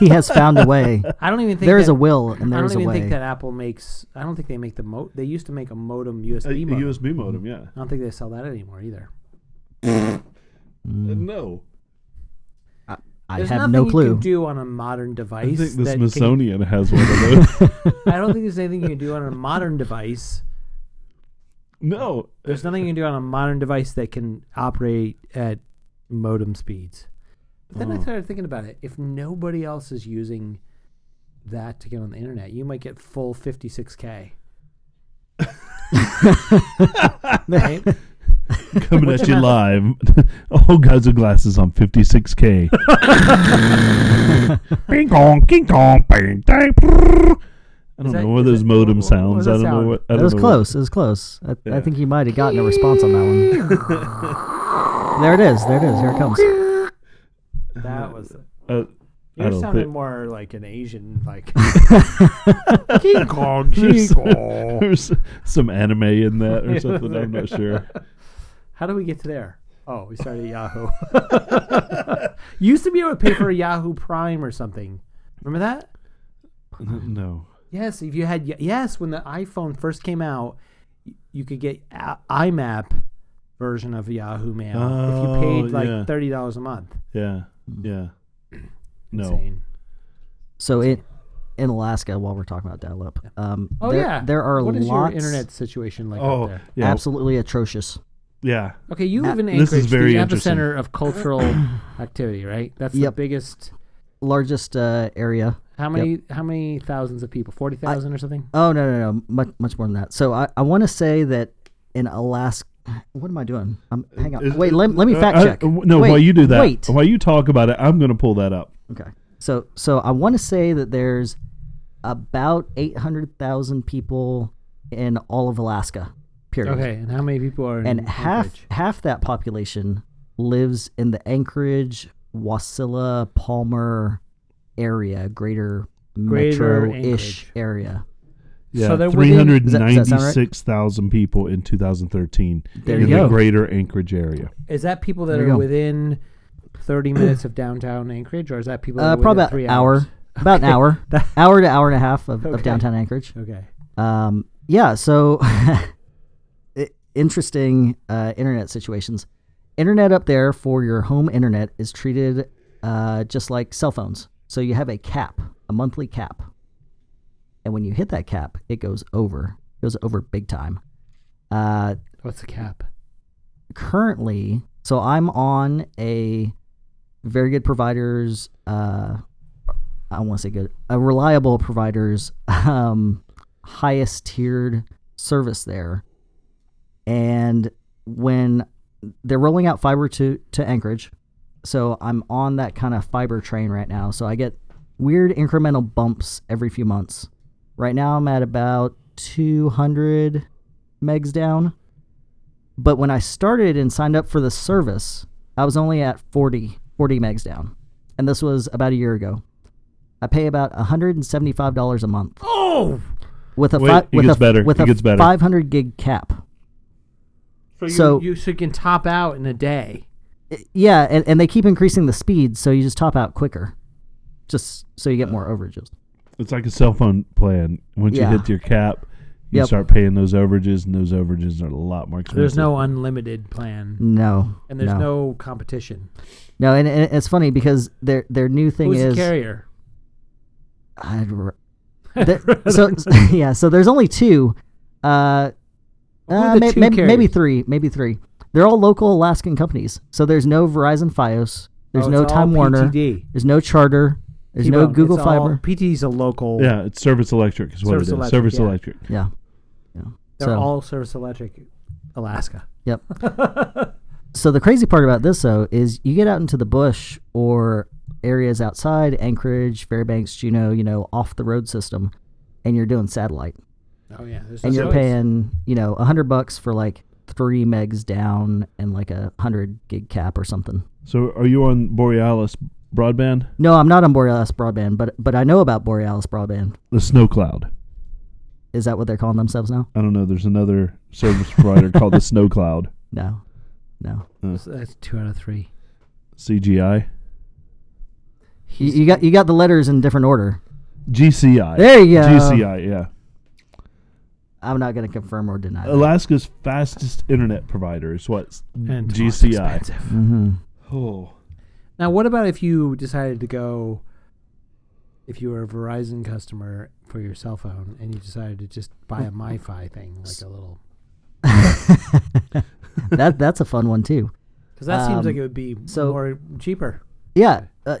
he has found a way.
I don't even think
There is
that-
a will and
I
there
don't
is a
even
way.
think that Apple makes. I don't think they make the mo. They used to make a modem
A,
USB modem.
USB modem, yeah.
I don't think they sell that anymore either. Mm.
No.
I
There's
have
nothing
no
You
clue.
can do on a modern
I
device.
think the
that can-
Smithsonian has one of those.
I don't think there's anything you can do on a modern device.
no.
There's nothing you can do on a modern device that can operate at modem speeds. But
Hmm.
then I started thinking about it. If nobody else is using that to get on the internet, you might get full 56K. right?
Coming at you
about-
live. All guys with glasses on 56K. ping pong, king pong, ping dang. brrr. I don't
that-
know what
is
those
that-
modem
what- what- what
sounds.
does
I don't
that
know
sound?
what. I
It
don't
was
know
close. It was close. I,
Yeah.
I think you might have gotten a response on that one. there it is. There it is. Here it comes.
That was.
What, uh, I
You're
don't
sounding
think-
more like an Asian, like
there's, there's some anime in that or something. I'm not sure.
How do we get to there? Oh, we started at Yahoo. Used to be able to pay for a Yahoo Prime or something. Remember that?
No.
Yes, if you had yes, when the iPhone first came out, y- you could get a- IMAP version of Yahoo Mail if
Oh,
you paid like
yeah.
thirty dollars a month.
Yeah. Yeah. No.
Insane.
So it in Alaska, while we're talking about dial-up, um,
Oh
there,
yeah,
there are
What is
lots.
your internet situation like up
Oh,
there?
yeah.
Absolutely atrocious.
Yeah.
Okay, you live in
This
Anchorage,
is very
the
interesting.
epicenter of cultural activity, right? That's
Yep.
the biggest.
Largest uh, area.
How many? How many thousands of people? Forty thousand or something?
Oh no no no, much much more than that. So I, I want to say that in Alaska, what am I doing? I'm hang on.
Is-
Wait, let, let me
uh,
fact
I-
check.
uh, no,
Wait,
while you do that,
Wait.
while you talk about it, I'm going to pull that up.
Okay. So so I want to say that there's about 800,000 people in all of Alaska. Period.
Okay, and how many people are in
And half
Anchorage?
half that population lives in the Anchorage, Wasilla, Palmer area, greater,
Greater
metro-ish
Anchorage.
area.
Yeah,
So they're within-
does that- does that sound
396,000 people in 2013
There
in
you
the
go.
greater Anchorage area.
Is that people that
There
are
you go.
within thirty minutes of downtown Anchorage, or is that people? That
Uh,
are within
probably about
three hours?
hour, about an hour, hour to hour and a half of, of
Okay.
downtown Anchorage.
Okay.
Um, yeah, so i- interesting uh, internet situations. Internet up there for your home internet is treated uh, just like cell phones. So you have a cap, a monthly cap. And when you hit that cap, it goes over, it goes over big time. Uh,
What's the cap?
currently, so I'm on a very good provider's, uh, I want to say good, a reliable provider's um, highest tiered service there. And when they're rolling out fiber to, to Anchorage, so I'm on that kind of fiber train right now. So I get weird incremental bumps every few months. Right now, I'm at about 200 megs down. But when I started and signed up for the service, I was only at 40, 40 megs down. And this was about a year ago. I pay about $175 a month. Oh! With a,
Wait,
fi-
it
with
gets
a,
better.
With
It
a
gets better.
500 gig cap.
So you,
So-
you so you can top out in a day.
Yeah, and, and they keep increasing the speed, so you just top out quicker, just so you get more
Uh.
overages.
It's like a cell phone plan. Once
Yeah.
you hit your cap, you
Yep.
start paying those overages, and those overages are a lot more expensive.
There's no unlimited plan,
No,
and there's
no,
no, competition.
No, and, and it's funny because their their new thing
Who's
is
the carrier?
I'd r- Th- so yeah, so there's only two, uh,
Who are
uh,
the
may-
two
may- maybe
carriers?
three, maybe three. They're all local Alaskan companies. So there's no Verizon FiOS. There's
Oh,
no
it's all
Time Warner.
PTD.
There's no Charter. There's no
T-Bone.
Google
It's all-
Fiber.
PTD's a local.
Yeah, it's Service Electric is what
Service
it is.
Electric,
Service
yeah.
Electric.
Yeah, yeah.
They're
so
all Service Electric, Alaska.
yep. so the crazy part about this though is you get out into the bush or areas outside Anchorage, Fairbanks, Juneau, you know, off the road system, and you're doing satellite.
Oh yeah, there's
and
no
you're
choice.
paying you know a hundred bucks for like three megs down and like a hundred gig cap or something.
So are you on Borealis broadband?
No, I'm not on Borealis broadband, but but I know about Borealis broadband.
The Snow Cloud.
Is that what they're calling themselves now?
I don't know. There's another service provider called the Snow Cloud.
No, no.
So that's two out of three.
CGI.
You, you got you got the letters in different order.
GCI.
There you go.
GCI, yeah.
I'm not gonna confirm or deny. That.
Alaska's fastest internet provider is what
And it's
GCI.
expensive.
Mhm.
Oh.
Now, what about if you decided to go, if you were a Verizon customer for your cell phone and you decided to just buy a
Mm.
MiFi thing, like a little,
That that's a fun one too.
because that seems
Um,
like it would be
so-
more cheaper.
Yeah, uh,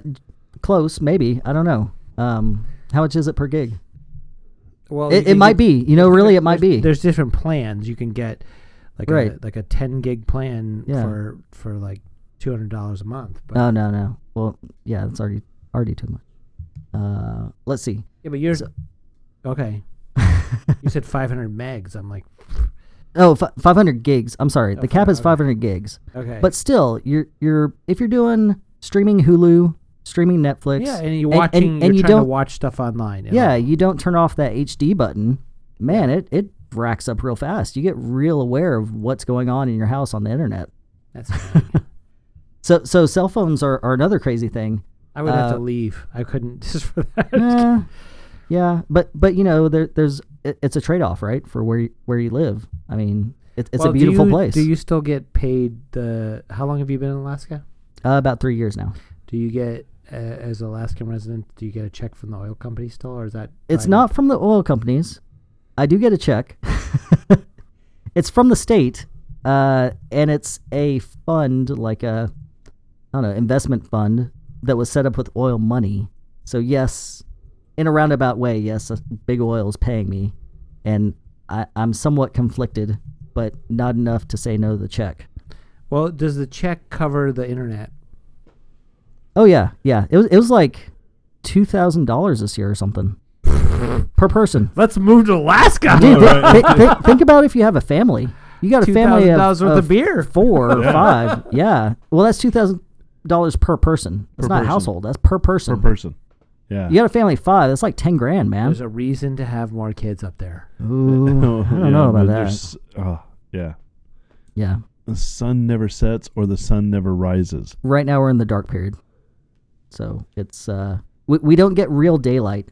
close maybe. I don't know. Um, how much is it per gig?
Well, you
It, it
can
might
get-
be. Oh, You know, really, it might
there's-
be.
There's different plans you can get, like a,
Right.
like a ten gig plan
Yeah.
for for like two hundred dollars a month. But,
Oh no no. Well, yeah, that's already already too much. Uh, let's see.
yeah, but yours, okay. you said five hundred megs. I'm like,
Oh, fi 500 gigs. I'm
Oh,
sorry. the cap is 500 gigs.
okay,
But still, you're you're if you're doing streaming Hulu, streaming Netflix,
yeah, and you're watching, you're
you
trying
don't
to watch stuff online. and,
yeah,
like,
you don't turn off that HD button, man, it it racks up real fast. You get real aware of what's going on in your house on the internet.
that's. annoying.
So so cell phones are, are another crazy thing.
I would have to
Uh,
leave. I couldn't just for that.
Eh, yeah, but but you know there there's it, it's a trade off, right? For where you, where you live. I mean, it, it's
Well, do
a beautiful
you-
place.
Do you still get paid the? How long have you been in Alaska?
uh, about three years now.
Do you get uh, as Alaskan resident? Do you get a check from the oil company still, or is that?
It's
private?
not from the oil companies. I do get a check. it's from the state, uh, and it's a fund like a I don't know investment fund that was set up with oil money. So yes, in a roundabout way, yes, uh, big oil is paying me, and I, I'm somewhat conflicted, but not enough to say no to the check.
Well, does the check cover the internet?
Oh yeah, yeah. It was it was like two thousand dollars this year or something per person.
Let's move to Alaska.
Dude, thi- thi- thi- think about if you have a family. You got a family of,
$2,000 worth of beer.
four or five. Yeah. Well, that's two thousand dollars per person. That's
Per
not
person.
a household. That's per person.
Per person. Yeah.
You got a family of five. That's like ten grand, man.
There's a reason to have more kids up there.
Ooh, I
Oh,
don't
yeah,
know about
but
that.
there's- Oh, yeah.
Yeah.
The sun never sets or the sun never rises.
Right now we're in the dark period, so it's uh we we don't get real daylight.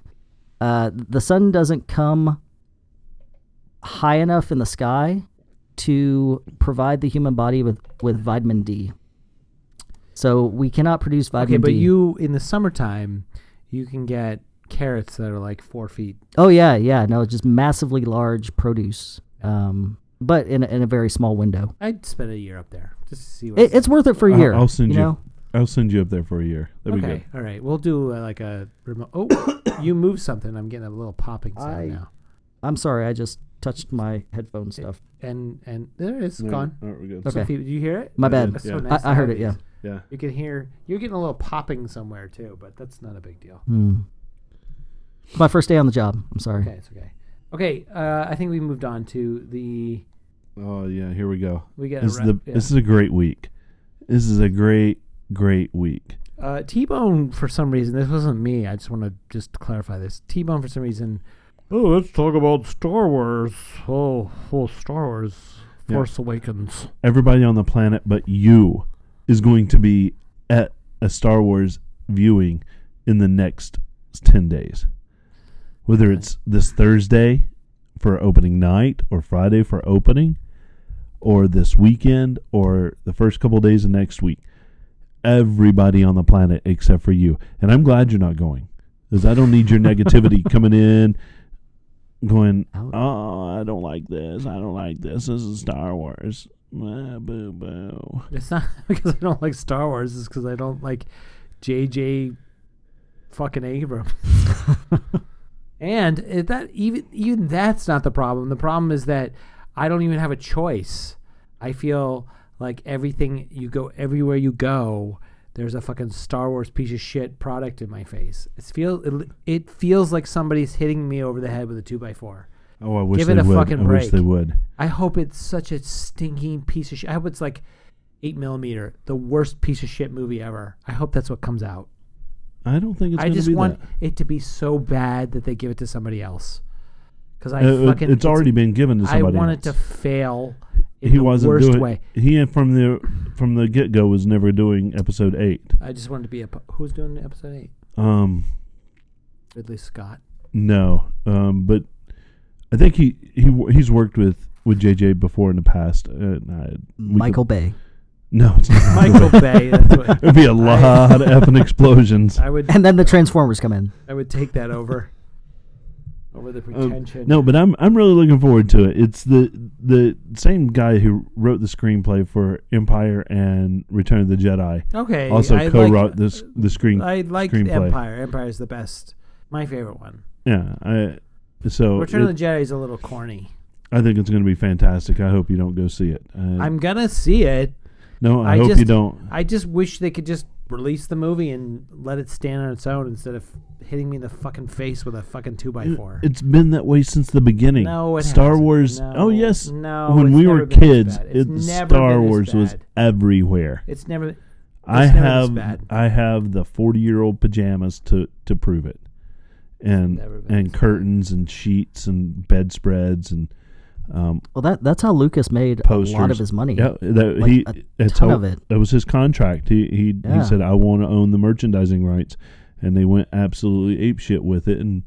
Uh, the sun doesn't come high enough in the sky to provide the human body with, with vitamin D. So we cannot produce
Okay,
vitamin
but
D.
you in the summertime, you can get carrots that are like four feet.
oh yeah, yeah, no, just massively large produce, um, but in a, in a very small window.
I'd spend a year up there just to see. What
It, it's worth it for a
I'll-
year.
I'll send
you
you.
know?
I'll send you up there for a year. That'd be good.
okay. All right, we'll do uh, like a remote. Oh, you move something. I'm getting a little popping sound
I-
now.
I'm sorry, I just touched my headphone stuff.
and and there it is
No,
gone.
all right, we're good.
Okay.
Sophie, do you hear it?
My bad.
That's so
Yeah.
nice
I, I
to
heard
have
it. Yeah.
these.
Yeah.
You can hear. You're getting a little popping somewhere too, but that's not a big deal.
Hmm. It's my first day on the job. I'm sorry.
Okay, it's okay. Okay, uh, I think we moved on to the.
Oh yeah, here we go.
We get a
this is
wrap-
the
yeah.
this is a great week. This is a great great week.
Uh, T-Bone, for some reason, this wasn't me. I just want to just clarify this. T-Bone, for some reason, oh, let's talk about Star Wars. Oh, oh, Star Wars.
Yeah.
Force Awakens.
everybody on the planet but you is going to be at a Star Wars viewing in the next 10 days. Whether it's this Thursday for opening night or Friday for opening or this weekend or the first couple of days of next week. Everybody on the planet except for you. And I'm glad you're not going because I don't need your negativity coming in going,
Out.
oh, I don't like this. I don't like this. This is Star Wars. Ah, boo boo.
It's not because I don't like Star Wars. It's because I don't like J.J. fucking Abrams. and it, that even even that's not the problem. The problem is that I don't even have a choice. I feel like everything you go everywhere you go, there's a fucking Star Wars piece of shit product in my face. It feels it, it feels like somebody's hitting me over the head with a two by four.
Oh, I wish
Give
they
it a
would.
fucking
I wish
break.
they would.
I hope it's such a stinking piece of shit. I hope it's like eight millimeter, the worst piece of shit movie ever. I hope that's what comes out.
I don't think it's
I
going to
just
be
want
that.
it to be so bad that they give it to somebody else. Because I
Uh,
fucking
it's already been given to
I
somebody.
want it
else.
to fail in
he
the
wasn't
worst
doing,
way.
He from the from the get go was never doing episode eight.
I just wanted to be a pu- who's doing episode eight?
Um,
Ridley Scott.
no, um, but I think he he w- he's worked with with JJ before in the past. and I, we could-
Michael Bay.
no, it's not.
Michael Bay. That's what
It'd be a lot of effing explosions.
I would.
And then the Transformers come in.
I would take that over over the
Um,
pretension.
no, but I'm I'm really looking forward to it. It's the the same guy who wrote the screenplay for Empire and Return of the Jedi.
okay.
Also
I like-
co-wrote this the screen.
I like
screenplay.
Empire. Empire is the best. My favorite one.
yeah, I so
Return
Oh, it-
of the Jedi is a little corny.
I think it's going to be fantastic. I hope you don't go see it. I,
I'm gonna see it.
no, I,
I
hope
just-
you don't.
I just wish they could just release the movie and let it stand on its own instead of hitting me in the fucking face with a fucking two by four.
It's been that way since the beginning.
No, it
Star
hasn't.
Wars.
No,
oh yes,
no,
when
it's
we
never
were
been this
kids,
bad. It's
it-
never
Star
been this
Wars was
bad.
everywhere.
it's never.
I
never this
have
bad.
I have the forty year old pajamas to to prove it, and
never been
and curtains and sheets and bedspreads and
Well, that that's how Lucas made
posters.
a lot of his money.
Yeah, that,
Like,
he
a
that's
ton
how-
of it.
That was his contract. He he,
Yeah.
he said, "I want to own the merchandising rights," and they went absolutely apeshit with it and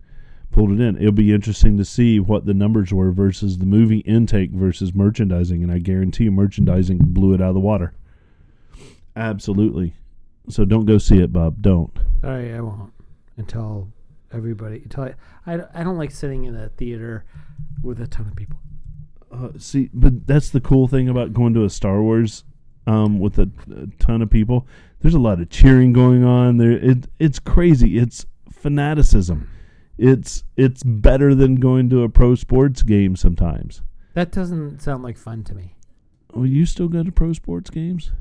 pulled it in. It'll be interesting to see what the numbers were versus the movie intake versus merchandising, and I guarantee you, merchandising blew it out of the water. Absolutely. So don't go see it, Bob. Don't.
All right, I won't until everybody. Until I, I, I don't like sitting in a theater with a ton of people.
Uh, see, but that's the cool thing about going to a Star Wars um, with a, a ton of people. There's a lot of cheering going on. There, it it's crazy. It's fanaticism. It's it's better than going to a pro sports game sometimes.
That doesn't sound like fun to me.
Oh, you still go to pro sports games?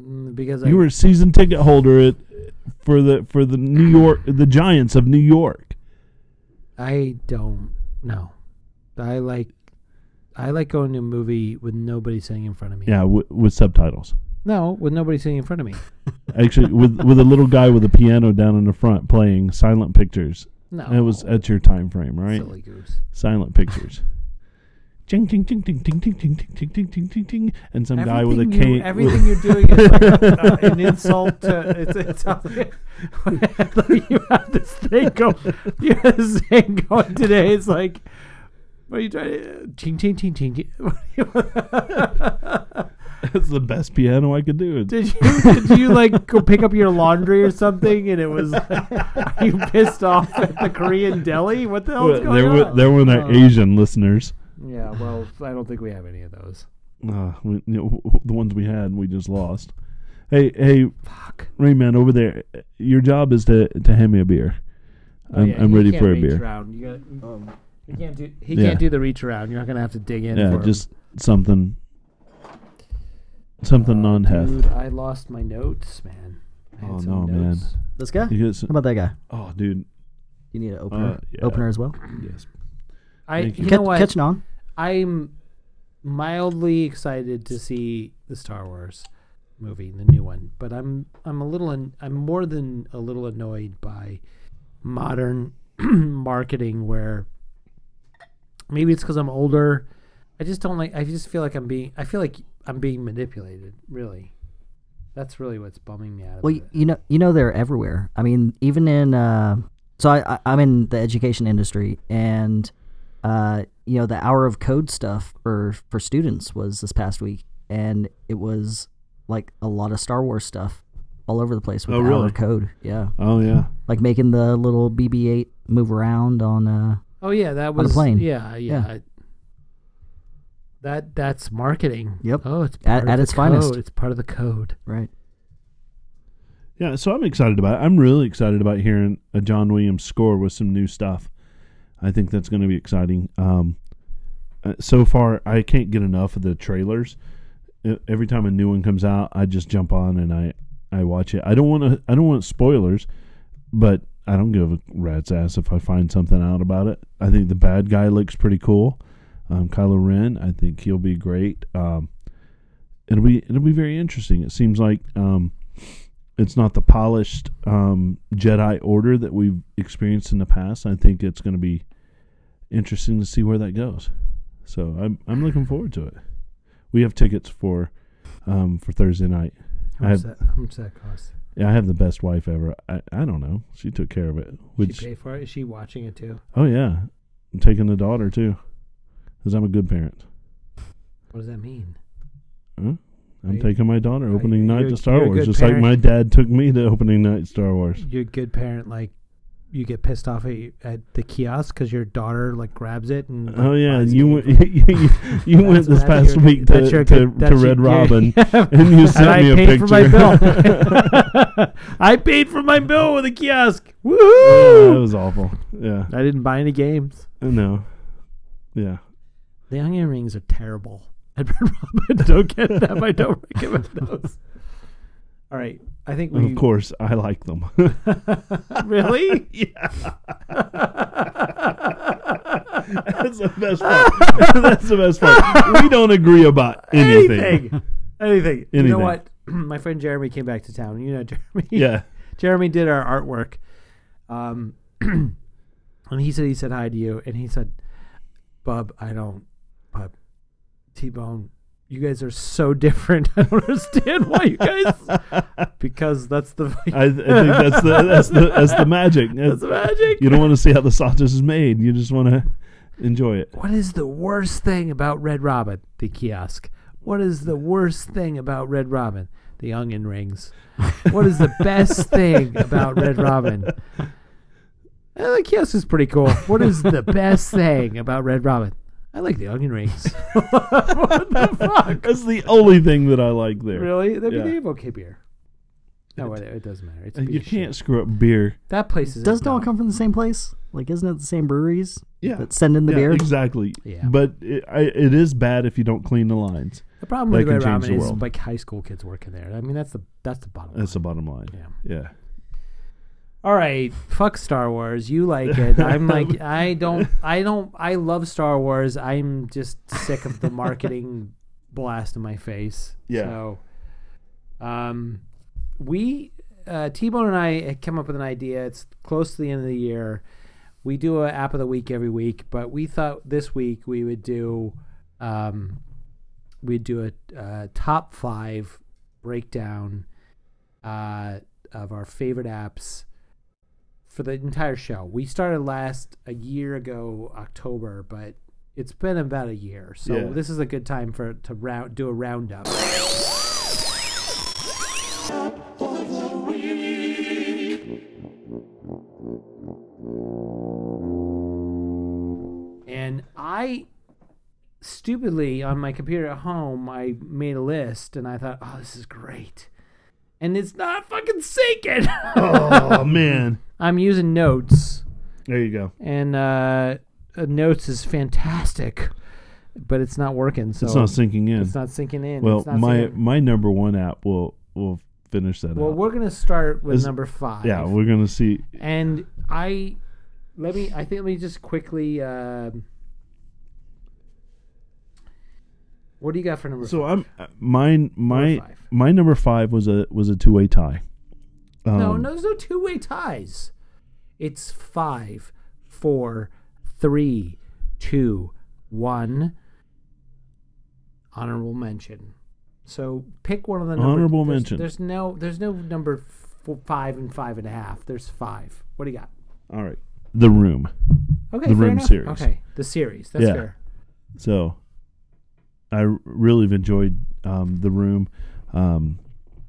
Mm, Because I,
You were a season ticket holder at, for the for the New York the Giants of New York.
I don't know. I like I like going to a movie with nobody sitting in front of me.
Yeah, w- with subtitles.
No, with nobody sitting in front of me.
Actually, with with a little guy with a piano down in the front playing silent pictures.
No.
That was at your time frame, right?
silly goose.
silent pictures. Ting ting ting ting ting ting ting ting ting ting ting ting ting, and some guy with a
Everything you-
cane.
everything you're doing is like uh, an insult to. It's, it sounds like, like you have this thing going. You have this thing going today. It's like, what are you trying? to- uh, Ching ching ching ching. ching. What do you-
That's the best piano I could do. It's-
Did you did you like go pick up your laundry or something? And it was like, are you pissed off at the Korean deli? What the hell is
Well,
going
There were
on? Uh.
there were no Asian listeners.
yeah, well, I don't think we have any of those.
Uh, we, you know, the ones we had, we just lost. Hey hey,
Fuck.
Rayman over there. Your job is to to hand me a beer.
Oh,
I'm
yeah,
I'm
you
ready
can't
for a
reach
beer.
Around. You got. you can't do. He
Yeah.
can't do the reach around. You're not gonna have to dig in.
Yeah,
for
just something. Something non
him. Oh, Dude,
heft.
I lost my notes, man. I had
Oh,
some
no, man.
notes.
This guy? How
You get some,
about that guy?
oh, dude.
You need an opener,
Uh, yeah.
opener as well.
Yes.
I.
Thank
You
Catch-
know what?
Catching on.
I'm mildly excited to see the Star Wars movie, the new one, but I'm I'm a little an, I'm more than a little annoyed by modern marketing where maybe it's cuz I'm older I just don't like. I just feel like I'm being. I feel like I'm being manipulated. Really, that's really what's bumming me out.
Well,
of
y-
it.
you know, you know they're everywhere. I mean, even in uh, so I, I I'm in the education industry, and uh, you know the hour of code stuff for for students was this past week, and it was like a lot of Star Wars stuff all over the place with
Oh,
the hour
really?
of code. Yeah,
Oh yeah.
like making the little BB-8 move around on uh,
Oh yeah, that
a
was
plane.
Yeah, yeah.
Yeah.
I- that that's marketing.
Yep.
Oh, it's
At-
part of
at
the
its finest.
code. It's part of the code.
right.
Yeah, so I'm excited about it. I'm really excited about hearing a John Williams score with some new stuff. I think that's going to be exciting. Um, uh, so far, I can't get enough of the trailers. E- Every time a new one comes out, I just jump on and I, I watch it. I don't want to. I don't want spoilers, but I don't give a rat's ass if I find something out about it. I think the bad guy looks pretty cool. Um, Kylo Ren, I think he'll be great. Um, it'll be it'll be very interesting. It seems like um, it's not the polished um, Jedi Order that we've experienced in the past. I think it's going to be interesting to see where that goes. So I'm I'm looking forward to it. We have tickets for um, for Thursday night.
How
I
much,
have-
that, how much that cost?
Yeah, I have the best wife ever. I, I don't know. She took care of it.
Did
Which
she pay for it? Is she watching it too?
oh yeah, I'm taking the daughter too, because I'm a good parent.
What does that mean?
Huh?
Are
I'm
you-
taking my daughter
you-
opening night
you're-
to Star
you're a
Wars,
good
just
parent?
like my dad took me to opening night Star Wars.
You're a good parent. Like, you get pissed off at, you, at the kiosk because your daughter like grabs it and. like,
Oh yeah,
buys
you
candy.
went you, you, you went this
That's- that's
past
your-
week
that's
to,
your
to,
good-
to
that's your-
Red
your-
Robin, and you sent
and I
me a
paid
picture.
for my bill. I paid for my bill with a kiosk. Woohoo!
Yeah, that was awful. Yeah,
I didn't buy any games.
no, yeah.
The onion rings are terrible. Ed Red Robin, don't get them. I don't recommend those. All right, I think
And
we
of course, I like them.
really.
That's the best part. That's the best part. We don't agree about anything.
anything, anything. You
Anything.
know what? My friend Jeremy came back to town. You know Jeremy.
Yeah,
Jeremy did our artwork. Um, and he said he said hi to you, and he said, "Bub, I don't, Bub, T Bone, you guys are so different. I don't understand why you guys, because that's the
I, I think that's the that's the that's the magic.
that's the magic.
You don't want to see how the sausage is made. You just want to enjoy it.
What is the worst thing about Red Robin? The kiosk. What is the worst thing about Red Robin? The onion rings. What is the best thing about Red Robin? Eh, the kiosk is pretty cool. What is the best thing about Red Robin? I like the onion rings. what the fuck?
That's the only thing that I like there.
Really? That'd be
Yeah.
they have okay beer. No, it, it doesn't matter. It's a
And Uh, You
piece of shit.
can't screw up beer.
That place is
Doesn't it all
no.
come from the same place? Like, isn't it the same breweries
Yeah.
that send in the
yeah,
beer?
Exactly.
Yeah.
But it, I, it is bad if you don't clean the lines.
The problem
They
with
can
Red
change
Robin
the
is
world.
like high school kids working there. I mean, that's the that's the bottom.
That's the
line.
bottom line.
yeah.
Yeah.
all right fuck star wars you like it i'm like i don't i don't i love star wars i'm just sick of the marketing blast in my face
Yeah.
so um we uh, t-bone and i had come up with an idea it's close to the end of the year we do a app of the week every week but we thought this week we would do um we'd do a uh, top five breakdown uh, of our favorite apps for the entire show. We started last a year ago, October, but it's been about a year, so
Yeah.
this is a good time for to round do a roundup. And I stupidly on my computer at home, I made a list and I thought, oh, this is great. And it's not fucking sinking.
oh man.
I'm using notes
There you go.
and uh, uh, notes is fantastic, but it's not working. So
It's not sinking in.
Oh. it's not sinking in.
well,
it's not
my
sinking in.
my number one app will will finish that
well,
out.
we're gonna start with
Is-
number five.
yeah, we're gonna see.
and I let me. I think let me just quickly. um what do you got for number?
So I'm mine my
Number five.
my number five was a was a two way tie. Um,
No, no, there's no two way ties. It's five, four, three, two, one. honorable mention. So pick one of the
Honorable
there's-
mention.
There's no there's no number four, five and five and a half. There's five. What do you got?
All right, The Room.
Okay,
The
fair
Room
enough.
series.
Okay, the series. That's
Yeah.
fair.
So I r- really have enjoyed um, the room. Um,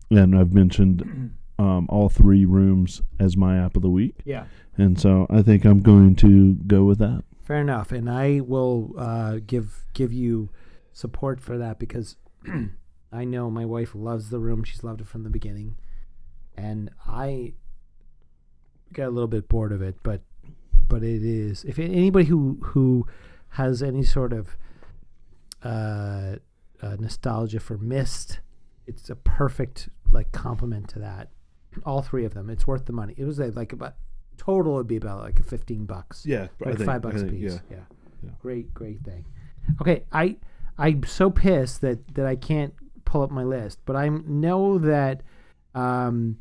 and I've mentioned um, all three rooms as my app of the week.
Yeah,
And so I think I'm going to go with that.
fair enough. And I will uh, give give you support for that because I know my wife loves the room. She's loved it from the beginning, and I got a little bit bored of it. But but it is if anybody who who has any sort of uh, uh, nostalgia for Mist, it's a perfect like complement to that. All three of them. It's worth the money. It was like, like about total would be about like fifteen bucks.
Yeah, I
like
think-
five bucks
I
a
think,
piece.
yeah.
Yeah.
Yeah.
Great, great thing. Okay, I I'm so pissed that that I can't pull up my list, but I know that um,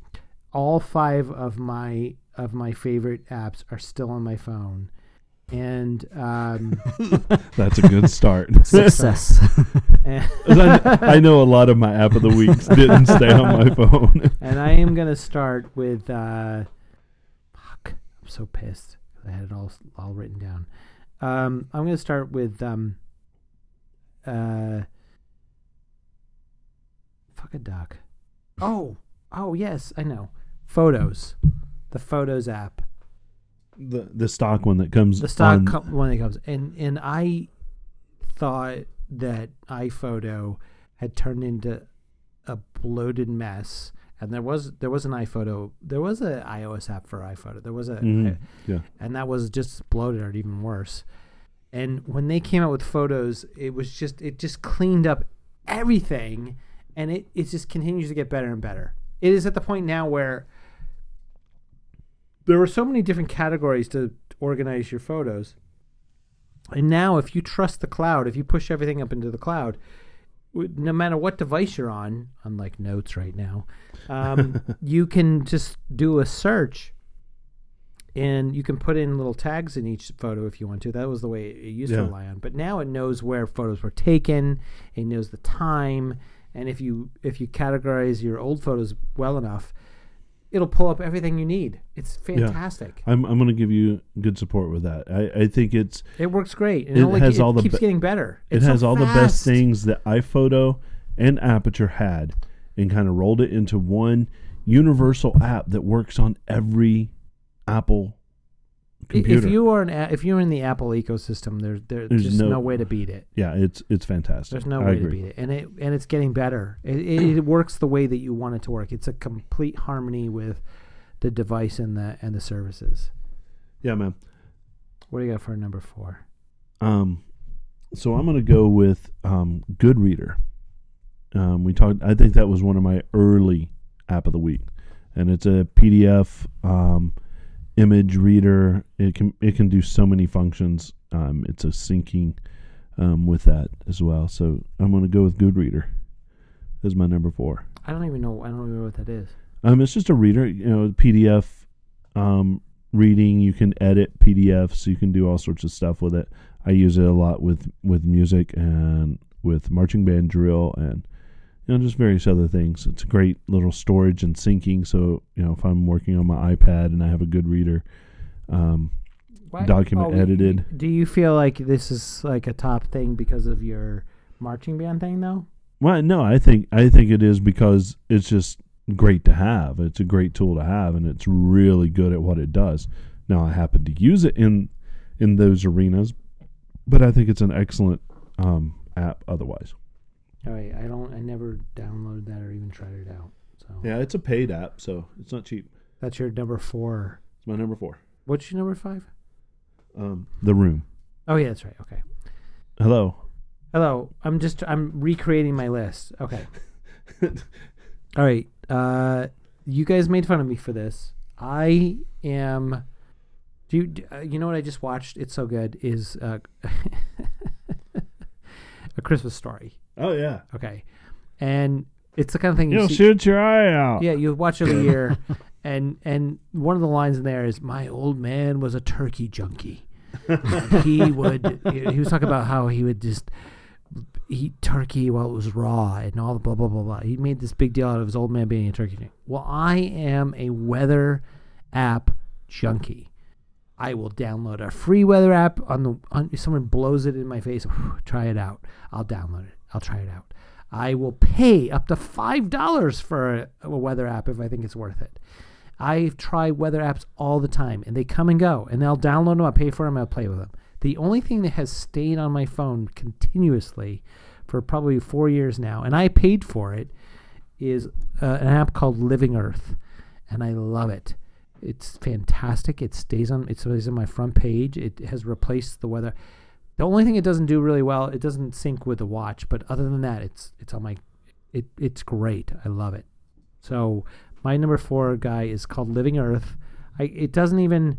all five of my of my favorite apps are still on my phone, and um,
That's a good start.
Success.
and,
'Cause I, kn- I know a lot of my app of the weeks didn't stay on my phone.
and I am gonna start with uh, fuck. I'm so pissed. I had it all all written down. Um, I'm gonna start with um, uh, fuck a duck. Oh, oh yes, I know. Photos, the photos app,
the the stock one that comes
the stock
on-
co- one that comes, and and I thought that iPhoto had turned into a bloated mess. And there was there was an iPhoto, there was an iOS app for iPhoto, there was a,
Mhm, yeah.
and that was just as bloated or even worse. And when they came out with photos, it was just it just cleaned up everything, and it it just continues to get better and better. It is at the point now where there are so many different categories to organize your photos. And now, if you trust the cloud, if you push everything up into the cloud, w- no matter what device you're on, unlike notes right now, um, you can just do a search and you can put in little tags in each photo if you want to. That was the way it used to
Yeah.
rely on. But now it knows where photos were taken, it knows the time, and if you if you categorize your old photos well enough, it'll pull up everything you need. It's fantastic.
I'm I'm going to give you good support with that. I, I think it's
It works great. And
It
it, only,
has
it
all the
keeps
be-
getting better.
it
It's so
has all the best
fast.
things that iPhoto and Aperture had and kind of rolled it into one universal app that works on every Apple
I-
computer.
If you are an a- if you're in the Apple ecosystem, there, there
There's
there's just
no-
no, way to beat it.
yeah, it's it's fantastic.
There's no
I
way to
agree.
beat it, and it and it's getting better. It, it, it works the way that you want it to work. It's a complete harmony with the device and the and the services.
Yeah, man.
What do you got for number four?
Um, so I'm going to go with um, Goodreader. Um, we talked. I think that was one of my early app of the week, and it's a PDF um, image reader. It can it can do so many functions. Um, it's a syncing um, with that as well. So I'm going to go with Goodreader as my number four.
I don't even know. I don't even know what that is.
Um, it's just a reader, you know, PDF um, reading. You can edit PDFs. You can do all sorts of stuff with it. I use it a lot with with music and with marching band drill and you know just various other things. It's a great little storage and syncing. So you know, if I'm working on my iPad and I have a good reader, um, Document
we-
edited.
Do oh, you feel like this is like a top thing because of your marching band thing though?
Well, no, I think I think it is because it's just great to have. It's a great tool to have, and it's really good at what it does. Now, I happen to use it in in those arenas, but I think it's an excellent um, app otherwise.
All right, I don't. I never downloaded that or even tried it out. So
Yeah, it's a paid app, so it's not cheap.
that's your number four.
It's my number four.
What's your number five?
Um, the Room.
Oh yeah, that's right. Okay.
Hello.
Hello. I'm just I'm recreating my list. Okay. All right. Uh, you guys made fun of me for this. I am. Do you, d- uh, you know what I just watched? It's so good. Is uh, a Christmas story.
Oh yeah.
Okay, and it's the kind of thing you
You'll
see-
shoot your eye out.
yeah, you watch every year, and and one of the lines in there is, "My old man was a turkey junkie. And he would he was talking about how he would just eat turkey while it was raw and all the blah blah blah blah. He made this big deal out of his old man being a turkey thing. Well, I am a weather app junkie. I will download a free weather app on the on, if someone blows it in my face. try it out. I'll download it. I'll try it out. I will pay up to five dollars for a, a weather app if I think it's worth it. I try weather apps all the time, and they come and go, and I'll download them. I'll pay for them. I'll play with them. The only thing that has stayed on my phone continuously for probably four years now, and I paid for it, is uh, an app called Living Earth, and I love it. It's fantastic. It stays on. It stays on my front page. It has replaced the weather. The only thing it doesn't do really well, it doesn't sync with the watch. But other than that, it's it's on my. It it's great. I love it. So my number four guy is called Living Earth. I it doesn't even.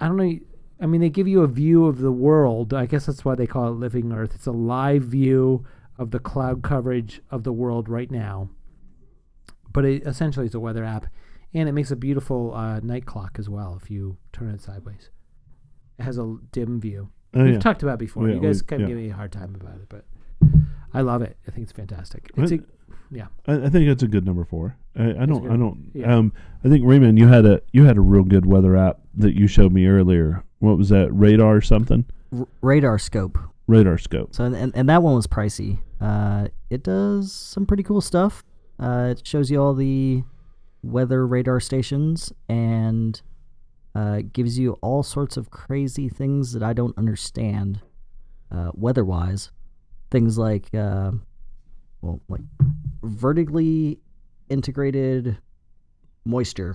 I don't know. I mean, they give you a view of the world. I guess that's why they call it Living Earth. It's a live view of the cloud coverage of the world right now. But it essentially is a weather app, and it makes a beautiful uh, night clock as well if you turn it sideways. It has a dim view.
Oh,
We've
yeah.
talked about it before.
Yeah,
you guys
we-
kind of
yeah.
give me a hard time about it, but I love it. I think it's fantastic. It's a,
What?
yeah.
I, I think that's a good number four. I, I don't.
good.
I don't.
Yeah.
Um, I think Raymond, you had a you had a real good weather app that you showed me earlier. What was that? Radar something?
R- radar scope.
Radar scope.
So and, and that one was pricey. Uh, it does some pretty cool stuff. Uh, it shows you all the weather radar stations and uh, gives you all sorts of crazy things that I don't understand uh, weather wise. Things like uh, well, like vertically integrated moisture.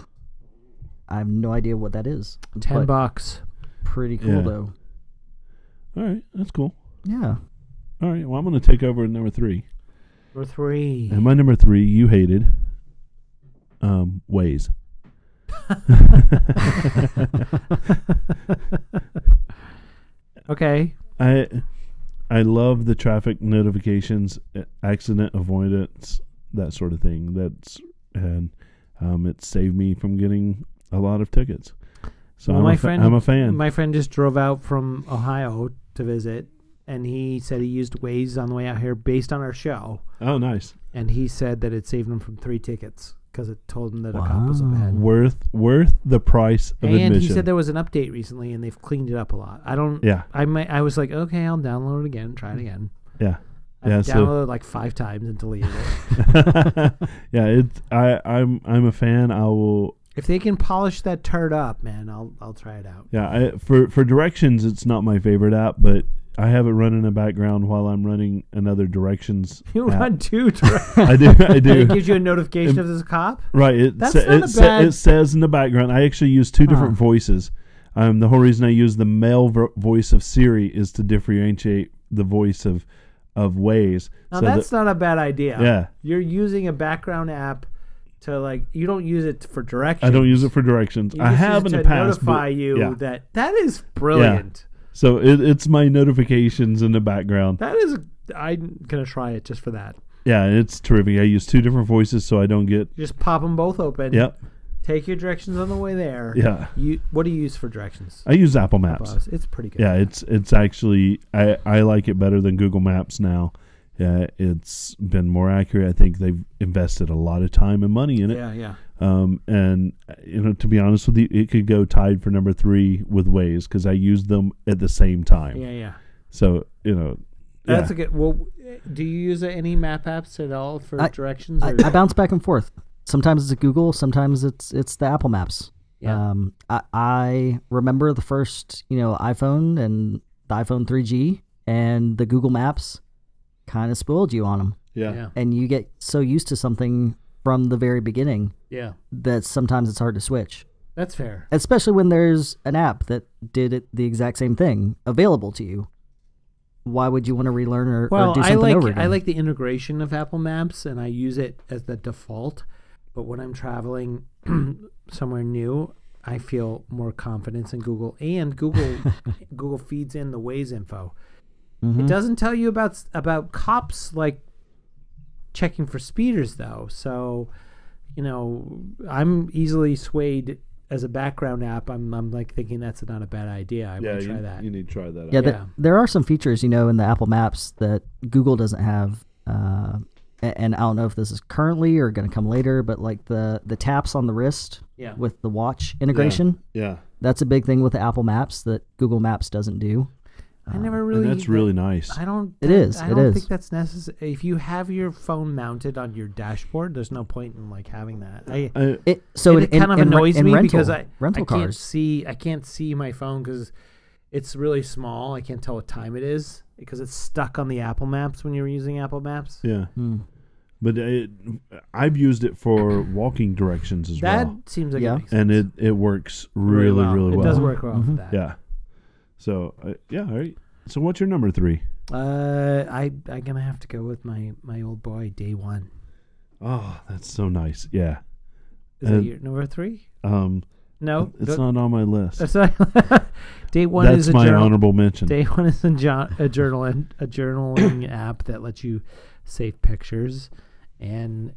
I have no idea what that is.
Ten
but
bucks.
pretty cool
Yeah.
though.
All right, that's cool.
Yeah.
All right. Well, I'm going to take over at number three.
Or three.
And my number three, you hated. Um, Waze.
okay.
I I love the traffic notifications, uh, accident avoidance, that sort of thing. That's and um, it saved me from getting a lot of tickets. So
Well,
I'm,
my
a fa-
friend-
I'm a fan.
My friend just drove out from Ohio to visit, and he said he used Waze on the way out here based on our show,
oh, nice.
and he said that it saved him from three tickets because it told him that a cop was up
Wow.
ahead.
Worth worth the price of
And
admission.
he said there was an update recently, and they've cleaned it up a lot. I don't.
yeah,
I might. I was like, okay, I'll download it again, try it again.
yeah,
I
Yeah,
downloaded
so-
it like five times and deleted it.
yeah. It's I I'm I'm a fan. I will
if they can polish that turd up, man, I'll I'll try it out.
Yeah, I, for for directions, it's not my favorite app, but I have it run in the background while I'm running another directions.
You
app.
run two. Tra-
I do. I
and it
do.
gives you a notification of this cop.
right. It
That's
sa-
not
it,
a
sa-
bad-
it says in the background. I actually use two different voices. Um, the whole reason I use the male vo- voice of Siri is to differentiate the voice of of Waze.
Now
so that-
that's not a bad idea.
Yeah.
You're using a background app to like you don't use it for directions.
I don't use it for directions.
You
I
just use
have
it
in the
to
past. but-
notify you
yeah.
that that is brilliant.
So it, it's my notifications in the background.
That is I'm gonna try it just for that.
Yeah, it's terrific. I use two different voices so I don't get.
You just pop them both open.
Yep.
Take your directions on the way there.
Yeah.
You what do you use for directions?
I use Apple Maps.
Buzz? It's pretty good.
Yeah, it's it's actually I, I like it better than Google Maps now. Yeah, it's been more accurate. I think they've invested a lot of time and money in it.
Yeah, yeah.
Um, and uh, you know, to be honest with you, it could go tied for number three with Waze because I use them at the same time.
Yeah, yeah.
So you know, yeah.
That's a good. Well, do you use any map apps at all for
I-
directions?
I,
Or?
I bounce back and forth. Sometimes it's Google, sometimes it's it's the Apple Maps.
Yeah.
Um, I, I remember the first, you know, iPhone and the iPhone 3G and the Google Maps kind of spoiled you on them,
yeah.
yeah,
and you get so used to something from the very beginning
yeah.
that sometimes it's hard to switch,
That's fair.
especially when there's an app that did it the exact same thing available to you. Why would you want to relearn or,
Well,
or do
I
something
like
over again?
I like the integration of Apple Maps, and I use it as the default. But when I'm traveling somewhere new, I feel more confidence in Google, and Google Google feeds in the Waze info.
Mm-hmm.
It doesn't tell you about s- about cops like checking for speeders though, so you know I'm easily swayed as a background app, I'm I'm like thinking that's not a bad idea. I
yeah,
would try
you,
that.
you need to try that. out.
Yeah, th-
Yeah.
there are some features, you know, in the Apple Maps that Google doesn't have. Uh, a- and I don't know if this is currently or going to come later, but like the the taps on the wrist
Yeah.
with the watch integration,
yeah,
that's a big thing with the Apple Maps that Google Maps doesn't do.
I never
and
really.
that's really nice.
I don't.
It is,
I
it
don't
is.
think that's necessary. If you have your phone mounted on your dashboard, there's no point in like having that. I,
I,
It Uh, so
it,
in- in-
kind of
in re-
annoys
in
me
rental,
because I
rental
I
cars.
can't see I can't see my phone because it's really small. I can't tell what time it is because it's stuck on the Apple Maps when you're using Apple Maps.
yeah, but it, I've used it for walking directions as
That
well,
seems like
Yeah. Mm-hmm.
it makes
and
sense
it it works really really well.
It does work well with that.
Yeah. So uh, yeah, all right. So what's your number three?
Uh, I I'm gonna have to go with my my old boy day one.
Oh, that's so nice. Yeah.
Is
Uh,
that your number three?
Um,
No,
it's
go-
not on my list.
Oh, That's not- day one
That's
is a
my
journal.
honorable mention.
Day one is a, jo- a journal and a journaling app that lets you save pictures, and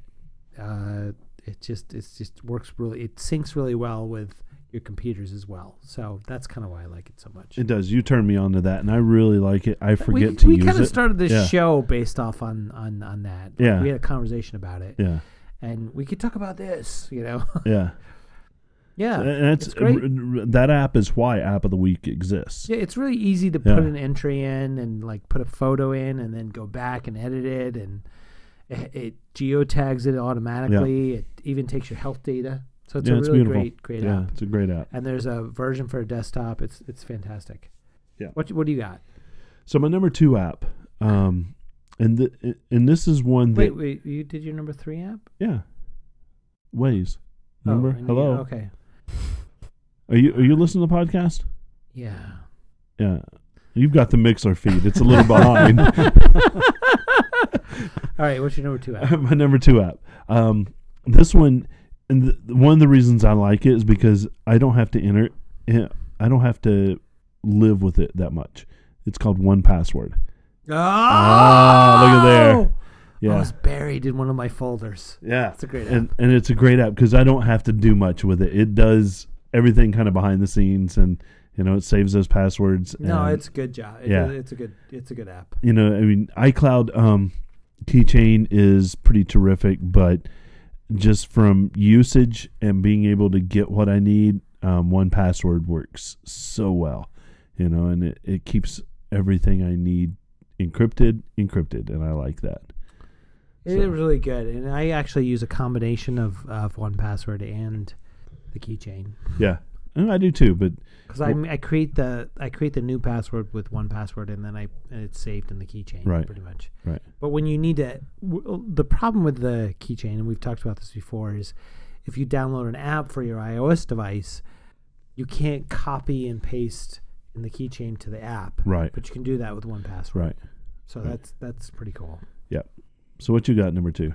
uh, it just it's just works really. It syncs really well with your computers as well. So that's kind of why I like it so much.
It does. You turn me on to that, and I really like it. I forget
we
to
we
use
kind
it.
of started this
Yeah.
show based off on on on that. Like,
Yeah.
we had a conversation about it,
Yeah,
and we could talk about this. You know,
yeah.
yeah,
and that's
it's great.
r- r- that app is why App of the Week exists.
Yeah, it's really easy to
Yeah.
put an entry in and like put a photo in and then go back and edit it and it, it geotags it automatically. It even takes your health data. So it's
Yeah,
a
it's
really
beautiful.
great great
yeah,
app.
it's a great app.
And there's a version for a desktop. It's it's fantastic.
Yeah.
What what do you got?
So my number two app, um, and th- and this is one
Wait,
that
wait, you did your number 3 app?
yeah, Waze.
Oh,
Remember?
I knew-
Hello.
Okay.
Are you are you listening to the podcast?
Yeah.
Yeah. You've got the Mixler feed. It's a little behind.
All right, what's your number 2 app?
my number two app. Um, this one, and th- one of the reasons I like it is because I don't have to enter. eh, I don't have to live with it that much. It's called One Password.
Oh,
Ah, look at there.
I
Yeah,
was buried in one of my folders.
yeah.
It's a great app.
And and it's a great app because I don't have to do much with it. It does everything kind of behind the scenes, and you know it saves those passwords.
No,
and-
it's a good job. It-
yeah.
it's a good it's a good app.
you know, I mean, iCloud um, keychain is pretty terrific, but just from usage and being able to get what I need, um, one password works so well, you know, and it, it keeps everything I need encrypted, encrypted, and I like that.
It is really good, and I actually use a combination of of one password and the keychain
Yeah, and I do too, but
because I I create the I create the new password with one password, and then I and it's saved in the keychain,
Right.
Pretty much.
right,
But when you need to, w- the problem with the keychain, and we've talked about this before, is if you download an app for your iOS device, you can't copy and paste in the keychain to the app.
Right.
But you can do that with one password.
right,
So that's that's pretty cool.
yeah. So what you got number two?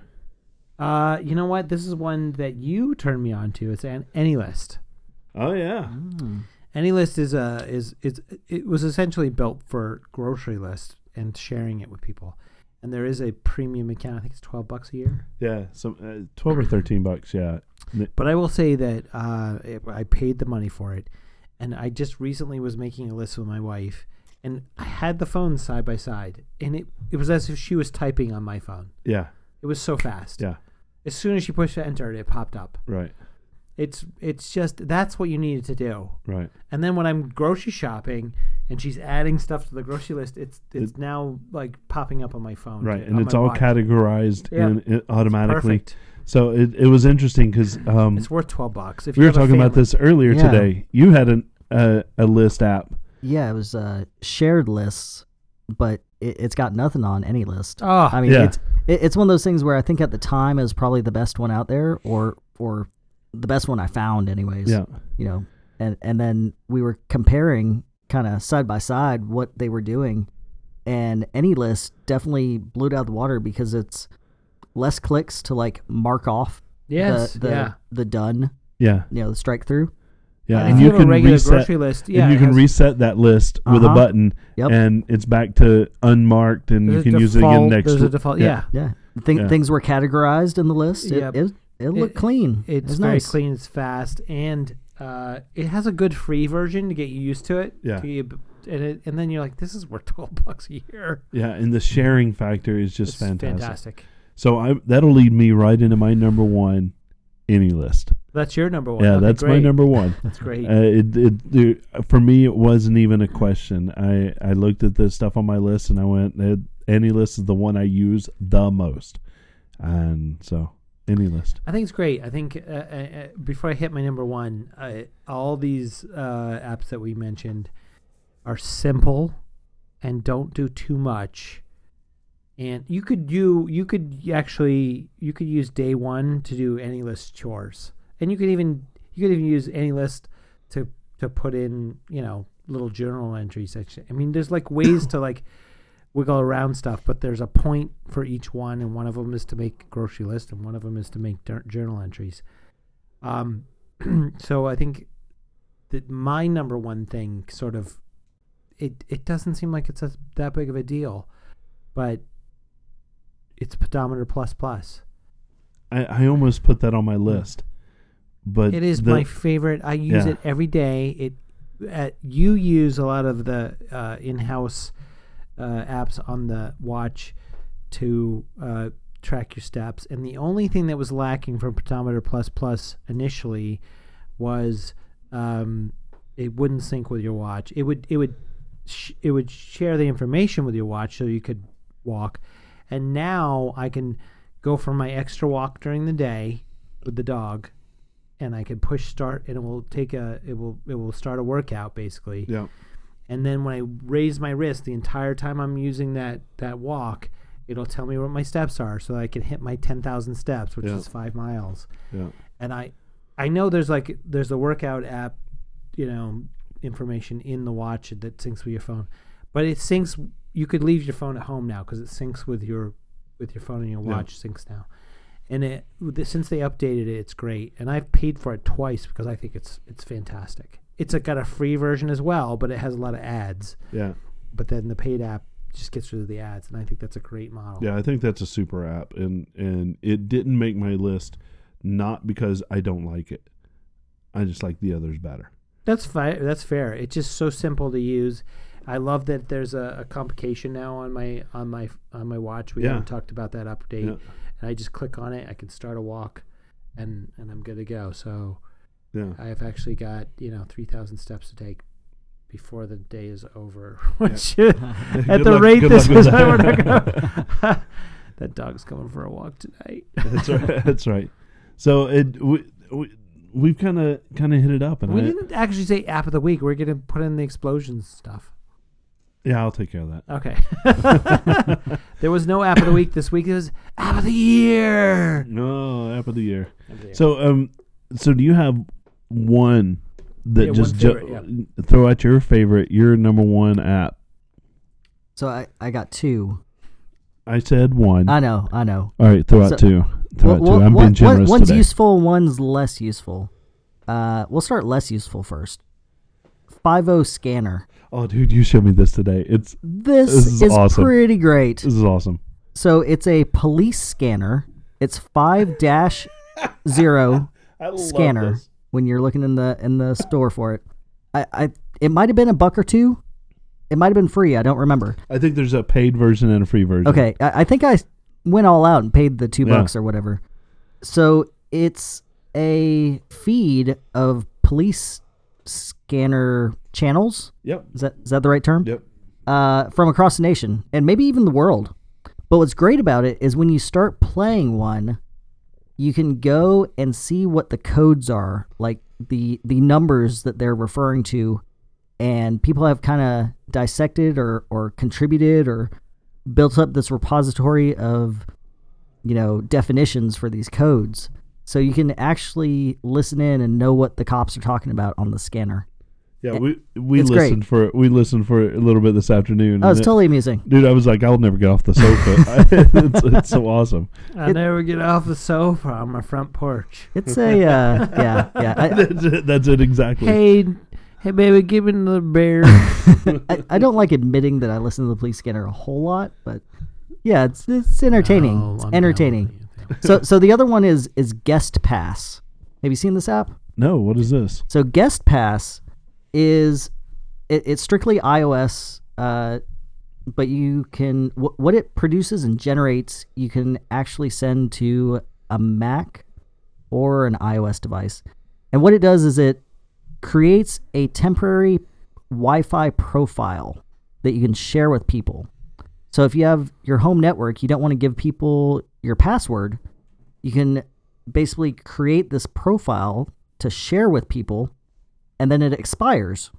Uh, you know what? This is one that you turned me on to. It's an AnyList.
Oh yeah,
AnyList is a is is it was essentially built for grocery list and sharing it with people. And there is a premium account. I think it's twelve bucks a year.
yeah. So uh, twelve or thirteen bucks. Yeah,
But I will say that uh, it, I paid the money for it, and I just recently was making a list with my wife, and I had the phone side by side, and it it was as if she was typing on my phone.
yeah,
It was so fast.
yeah.
As soon as she pushed enter, it popped up.
Right,
It's it's just that's what you needed to do.
right.
And then when I'm grocery shopping and she's adding stuff to the grocery list, it's it's now like popping up on my phone.
right
too,
and
on
it's
my
all
watch.
categorized
Yeah.
and it automatically
Perfect.
so it, it was interesting because um,
It's worth twelve bucks. If
we
you
were
have a
talking about
family.
this earlier
Yeah.
today you had an, uh, a list app
Yeah, it was uh, shared lists, but it, it's got nothing on any list.
Oh,
I mean,
Yeah.
it's it, it's one of those things where I think at the time it was probably the best one out there, or or the best one I found, anyways.
yeah
You know, and and then we were comparing kind of side by side what they were doing, and any list definitely blew it out of the water because it's less clicks to like mark off
yes,
the the,
yeah.
the done,
yeah
you know, the strike through.
yeah
Uh,
If
and
you,
you
have a
can
regular
reset
grocery list, yeah,
and you
it
can
has-
reset that list with a
Uh-huh.
button
Yep.
and it's back to unmarked and you
there's a
can use it again
default-
next
There's a
w-
default,
yeah.
yeah.
Yeah. Thing,
Yeah.
Things were categorized in the list. It,
Yep.
it, it looked
It-
clean.
It's
it was
very
nice.
clean. It's fast, and uh, it has a good free version to get you used to it.
Yeah.
To you- and it, and then you're like, this is worth twelve bucks a year.
Yeah, and the sharing factor is just
It's
fantastic. So I that'll lead me right into my number one any list.
That's your number one.
yeah,
Okay,
that's my
great.
number one.
That's great.
Uh, it, it, there- for me, it wasn't even a question. I, I looked at the stuff on my list and I went, "Eh, any list is the one I use the most. And so, any list.
I think it's great. I think uh, uh, uh, before I hit my number one, uh, all these uh, apps that we mentioned are simple and don't do too much. And you could do you could actually you could use day one to do any list chores, and you could even you could even use any list to to put in you know little journal entry section. I mean, there's like ways to like wiggle around stuff, but there's a point for each one, and one of them is to make a grocery list, and one of them is to make jour- journal entries. Um, so I think that my number one thing sort of it it doesn't seem like it's a, that big of a deal, but it's pedometer plus plus.
I, I almost put that on my list. But
It is
the-
my favorite. I use
Yeah.
it every day. It uh, you use a lot of the uh, in-house uh, apps on the watch to uh, track your steps, and the only thing that was lacking from Pedometer Plus Plus initially was um, it wouldn't sync with your watch. It would it would sh- it would share the information with your watch so you could walk, and now I can go for my extra walk during the day with the dog and I can push start and it will take a it will it will start a workout basically.
Yeah.
And then when I raise my wrist the entire time I'm using that that walk, it'll tell me what my steps are so I can hit my 10,000 steps, which
Yeah.
is 5 miles.
Yeah.
And I I know there's like there's a workout app, you know, information in the watch that syncs with your phone. But it syncs you could leave your phone at home now cuz it syncs with your with your phone and your watch syncs now and it the- since they updated it, it's great. And I've paid for it twice because I think it's it's fantastic. It's a, got a free version as well, but it has a lot of ads.
Yeah.
But then the paid app just gets rid of the ads, and I think that's a great model.
Yeah, I think that's a super app, and and it didn't make my list, not because I don't like it, I just like the others better.
That's fair. That's fair. It's just so simple to use. I love that there's a, a complication now on my on my on my watch. We
Yeah.
haven't talked about that update,
Yeah.
and I just click on it. I can start a walk, and and I'm good to go. So
Yeah,
I've actually got you know three thousand steps to take before the day is over. Which is- at
Good
the
luck-
rate
good
this
luck with
is, I
that.
want to go. that dog's coming for a walk tonight.
that's right. That's right. So it we, we we've kind of kind of hit it up, and
We
I,
didn't actually say app of the week. We're gonna put in the explosions stuff.
yeah, I'll take care of that.
Okay. there was no app of the week this week. It was app of the year.
No app of the year. So um, so do you have one that
Yeah,
just
one
ju-
favorite,
throw out your favorite, your number one app?
So I, I got two.
I said one.
I know, I know.
All right, throw out
So-
two. Throw out
Well,
two.
well,
I'm
one-
being generous
one- one's
today.
useful, one's less useful. Uh, we'll start less useful first. 50 scanner.
Oh, dude, you showed me this today. It's
This,
This is
is
awesome.
pretty great.
this is awesome.
So it's a police scanner. It's 5 dash 0
I love
scanner when you're looking in the in the store for it. I, I it might have been a buck or two. It might have been free. I don't remember.
I think there's a paid version and a free version.
Okay, I, I think I went all out and paid the two
Hmm. Yeah.
bucks or whatever. So it's a feed of police scanner channels.
Yep.
Is that is that the right term?
Yep.
uh, from across the nation and maybe even the world. But what's great about it is when you start playing one, you can go and see what the codes are, like the the numbers that they're referring to, and people have kind of dissected or or contributed or built up this repository of you know definitions for these codes. So you can actually listen in and know what the cops are talking about on the scanner.
Yeah, we we
It's
listened
great.
for we listened for a little bit this afternoon.
Oh, it's
and it-
totally amusing.
Dude, I was like, I'll never get off the sofa. it's, it's so awesome.
I never get off the sofa on my front porch.
It's a uh, yeah yeah. I,
That's it, that's it exactly.
Hey, hey, baby, give me another beer.
I, I don't like admitting that I listen to the police scanner a whole lot, but yeah, it's it's entertaining.
Oh, I'm
it's
down with
entertaining.
you.
So so the other one is is Guest Pass. Have you seen this app?
No, what is this?
So Guest Pass is it, it's strictly iOS, uh, but you can wh- what it produces and generates, you can actually send to a Mac or an iOS device. And what it does is it creates a temporary Wi-Fi profile that you can share with people. So if you have your home network, you don't want to give people your password. You can basically create this profile to share with people, and then it expires.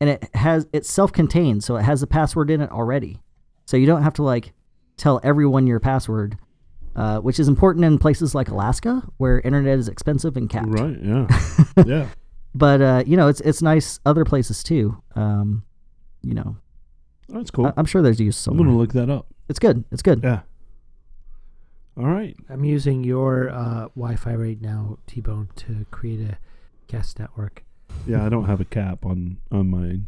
And it has it's self-contained, so it has a password in it already. So you don't have to like tell everyone your password, uh, which is important in places like Alaska where internet is expensive and capped
Right? Yeah, yeah.
but uh, you know, it's it's nice other places too. Um, you know,
That's cool.
I, I'm sure there's use
I'm
somewhere.
gonna look that up.
It's good. It's good.
Yeah. All right.
I'm using your uh, Wi-Fi right now, T-Bone, to create a guest network.
Yeah, I don't have a cap on on mine.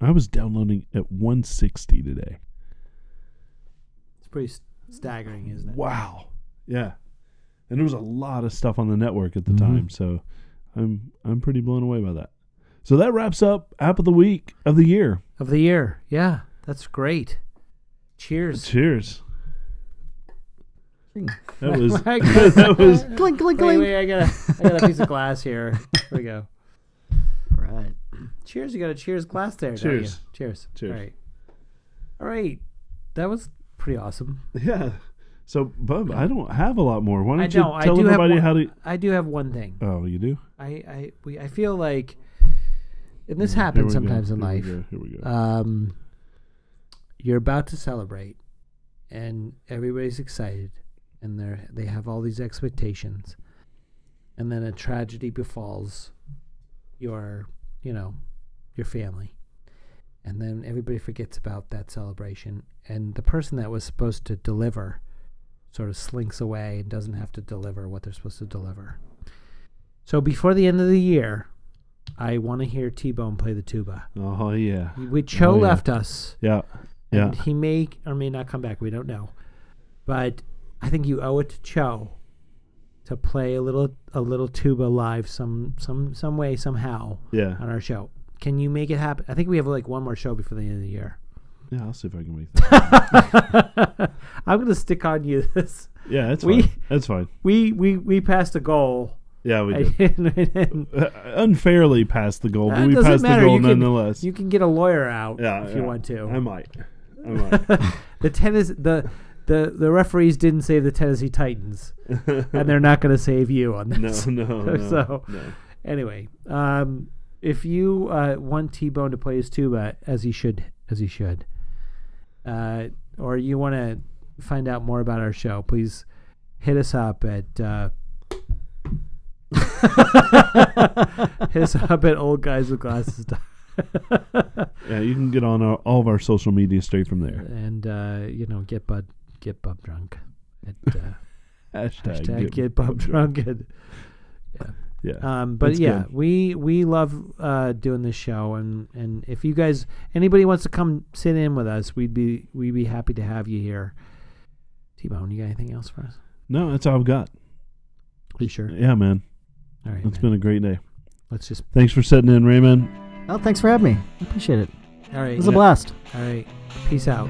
I was downloading at 160 today.
It's pretty s- staggering, isn't it?
Wow. Yeah. And there was a lot of stuff on the network at the time, so I'm I'm pretty blown away by that. So that wraps up app of the week of the year.
Of the year, yeah, that's great. Cheers. Oh
Cheers.
Clink,
That was that was
clink, clink.
Wait, wait, I got a, I got a piece of glass here. Here we go.
Right.
Cheers! You got a cheers glass there. don't
Cheers.
you? Cheers.
Cheers.
All right. All right. That was pretty awesome.
yeah. So Bub, I don't have a lot more. Why
I
don't
know.
you
I
tell
do have.
everybody
One,
how to
I do have one thing.
Oh, you do?
I, I, we, I feel like, and this
Here we
happens
go,
sometimes in
here we
life.
go, Here we go.
um, you're about to celebrate, and everybody's excited, and they are they have all these expectations, and then a tragedy befalls your you know your family, and then everybody forgets about that celebration, and the person that was supposed to deliver sort of slinks away and doesn't have to deliver what they're supposed to deliver. So before the end of the year, I want to hear T Bone play the tuba.
oh yeah.
Which Cho
Oh, yeah.
left us.
Yeah. Yeah.
And he may or may not come back. We don't know. But I think you owe it to Cho to play a little a little tuba live some some some way somehow
Yeah.
on our show. Can you make it happen? I think we have like one more show before the end of the year.
Yeah, I'll see if I can make that.
I'm gonna stick on you this.
Yeah, that's
We-
fine. That's fine.
We we we passed a goal.
Yeah, we did.
and, and
Uh, unfairly passed the goal, but
That
we
Uh, doesn't
passed the
matter.
goal
You can-
nonetheless.
you can get a lawyer out
yeah,
if
yeah.
you want to.
I might. I might.
the tennis the the the referees didn't save the Tennessee Titans, and they're not going to save you on
no,
this.
no, no.
So-
no.
Anyway, um, if you uh, want T Bone to play his tuba as he should, as he should, uh, or you want to find out more about our show, please hit us up at. Uh, hit us up at old guys with glasses
Yeah, you can get on our, all of our social media straight from there.
and uh, you know get bud get bub drunk at uh,
Hashtag,
Hashtag get, Bob drunk. and-
Yeah.
Um, but
That's
yeah,
good.
we we love uh, doing this show, and and if you guys anybody wants to come sit in with us, we'd be we'd be happy to have you here. T Bone, you got anything else for us?
no, that's all I've got.
Are you sure?
Yeah, man.
All right,
It's
man.
been a great day.
let's just.
Thanks for sitting in, Raymond.
Oh, thanks for having me. I appreciate it.
All right,
It was a
Yeah.
blast.
all right. Peace out.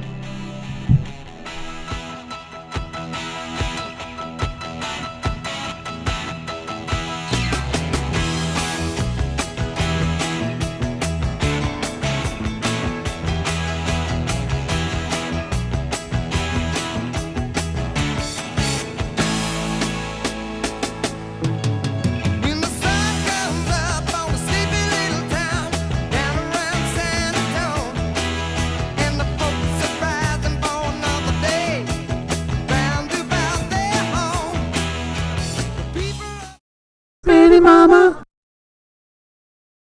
When the sun comes up on a sleepy little town down around San Antonio, and the folks are rising for another day, round about their home. People.
Baby mama.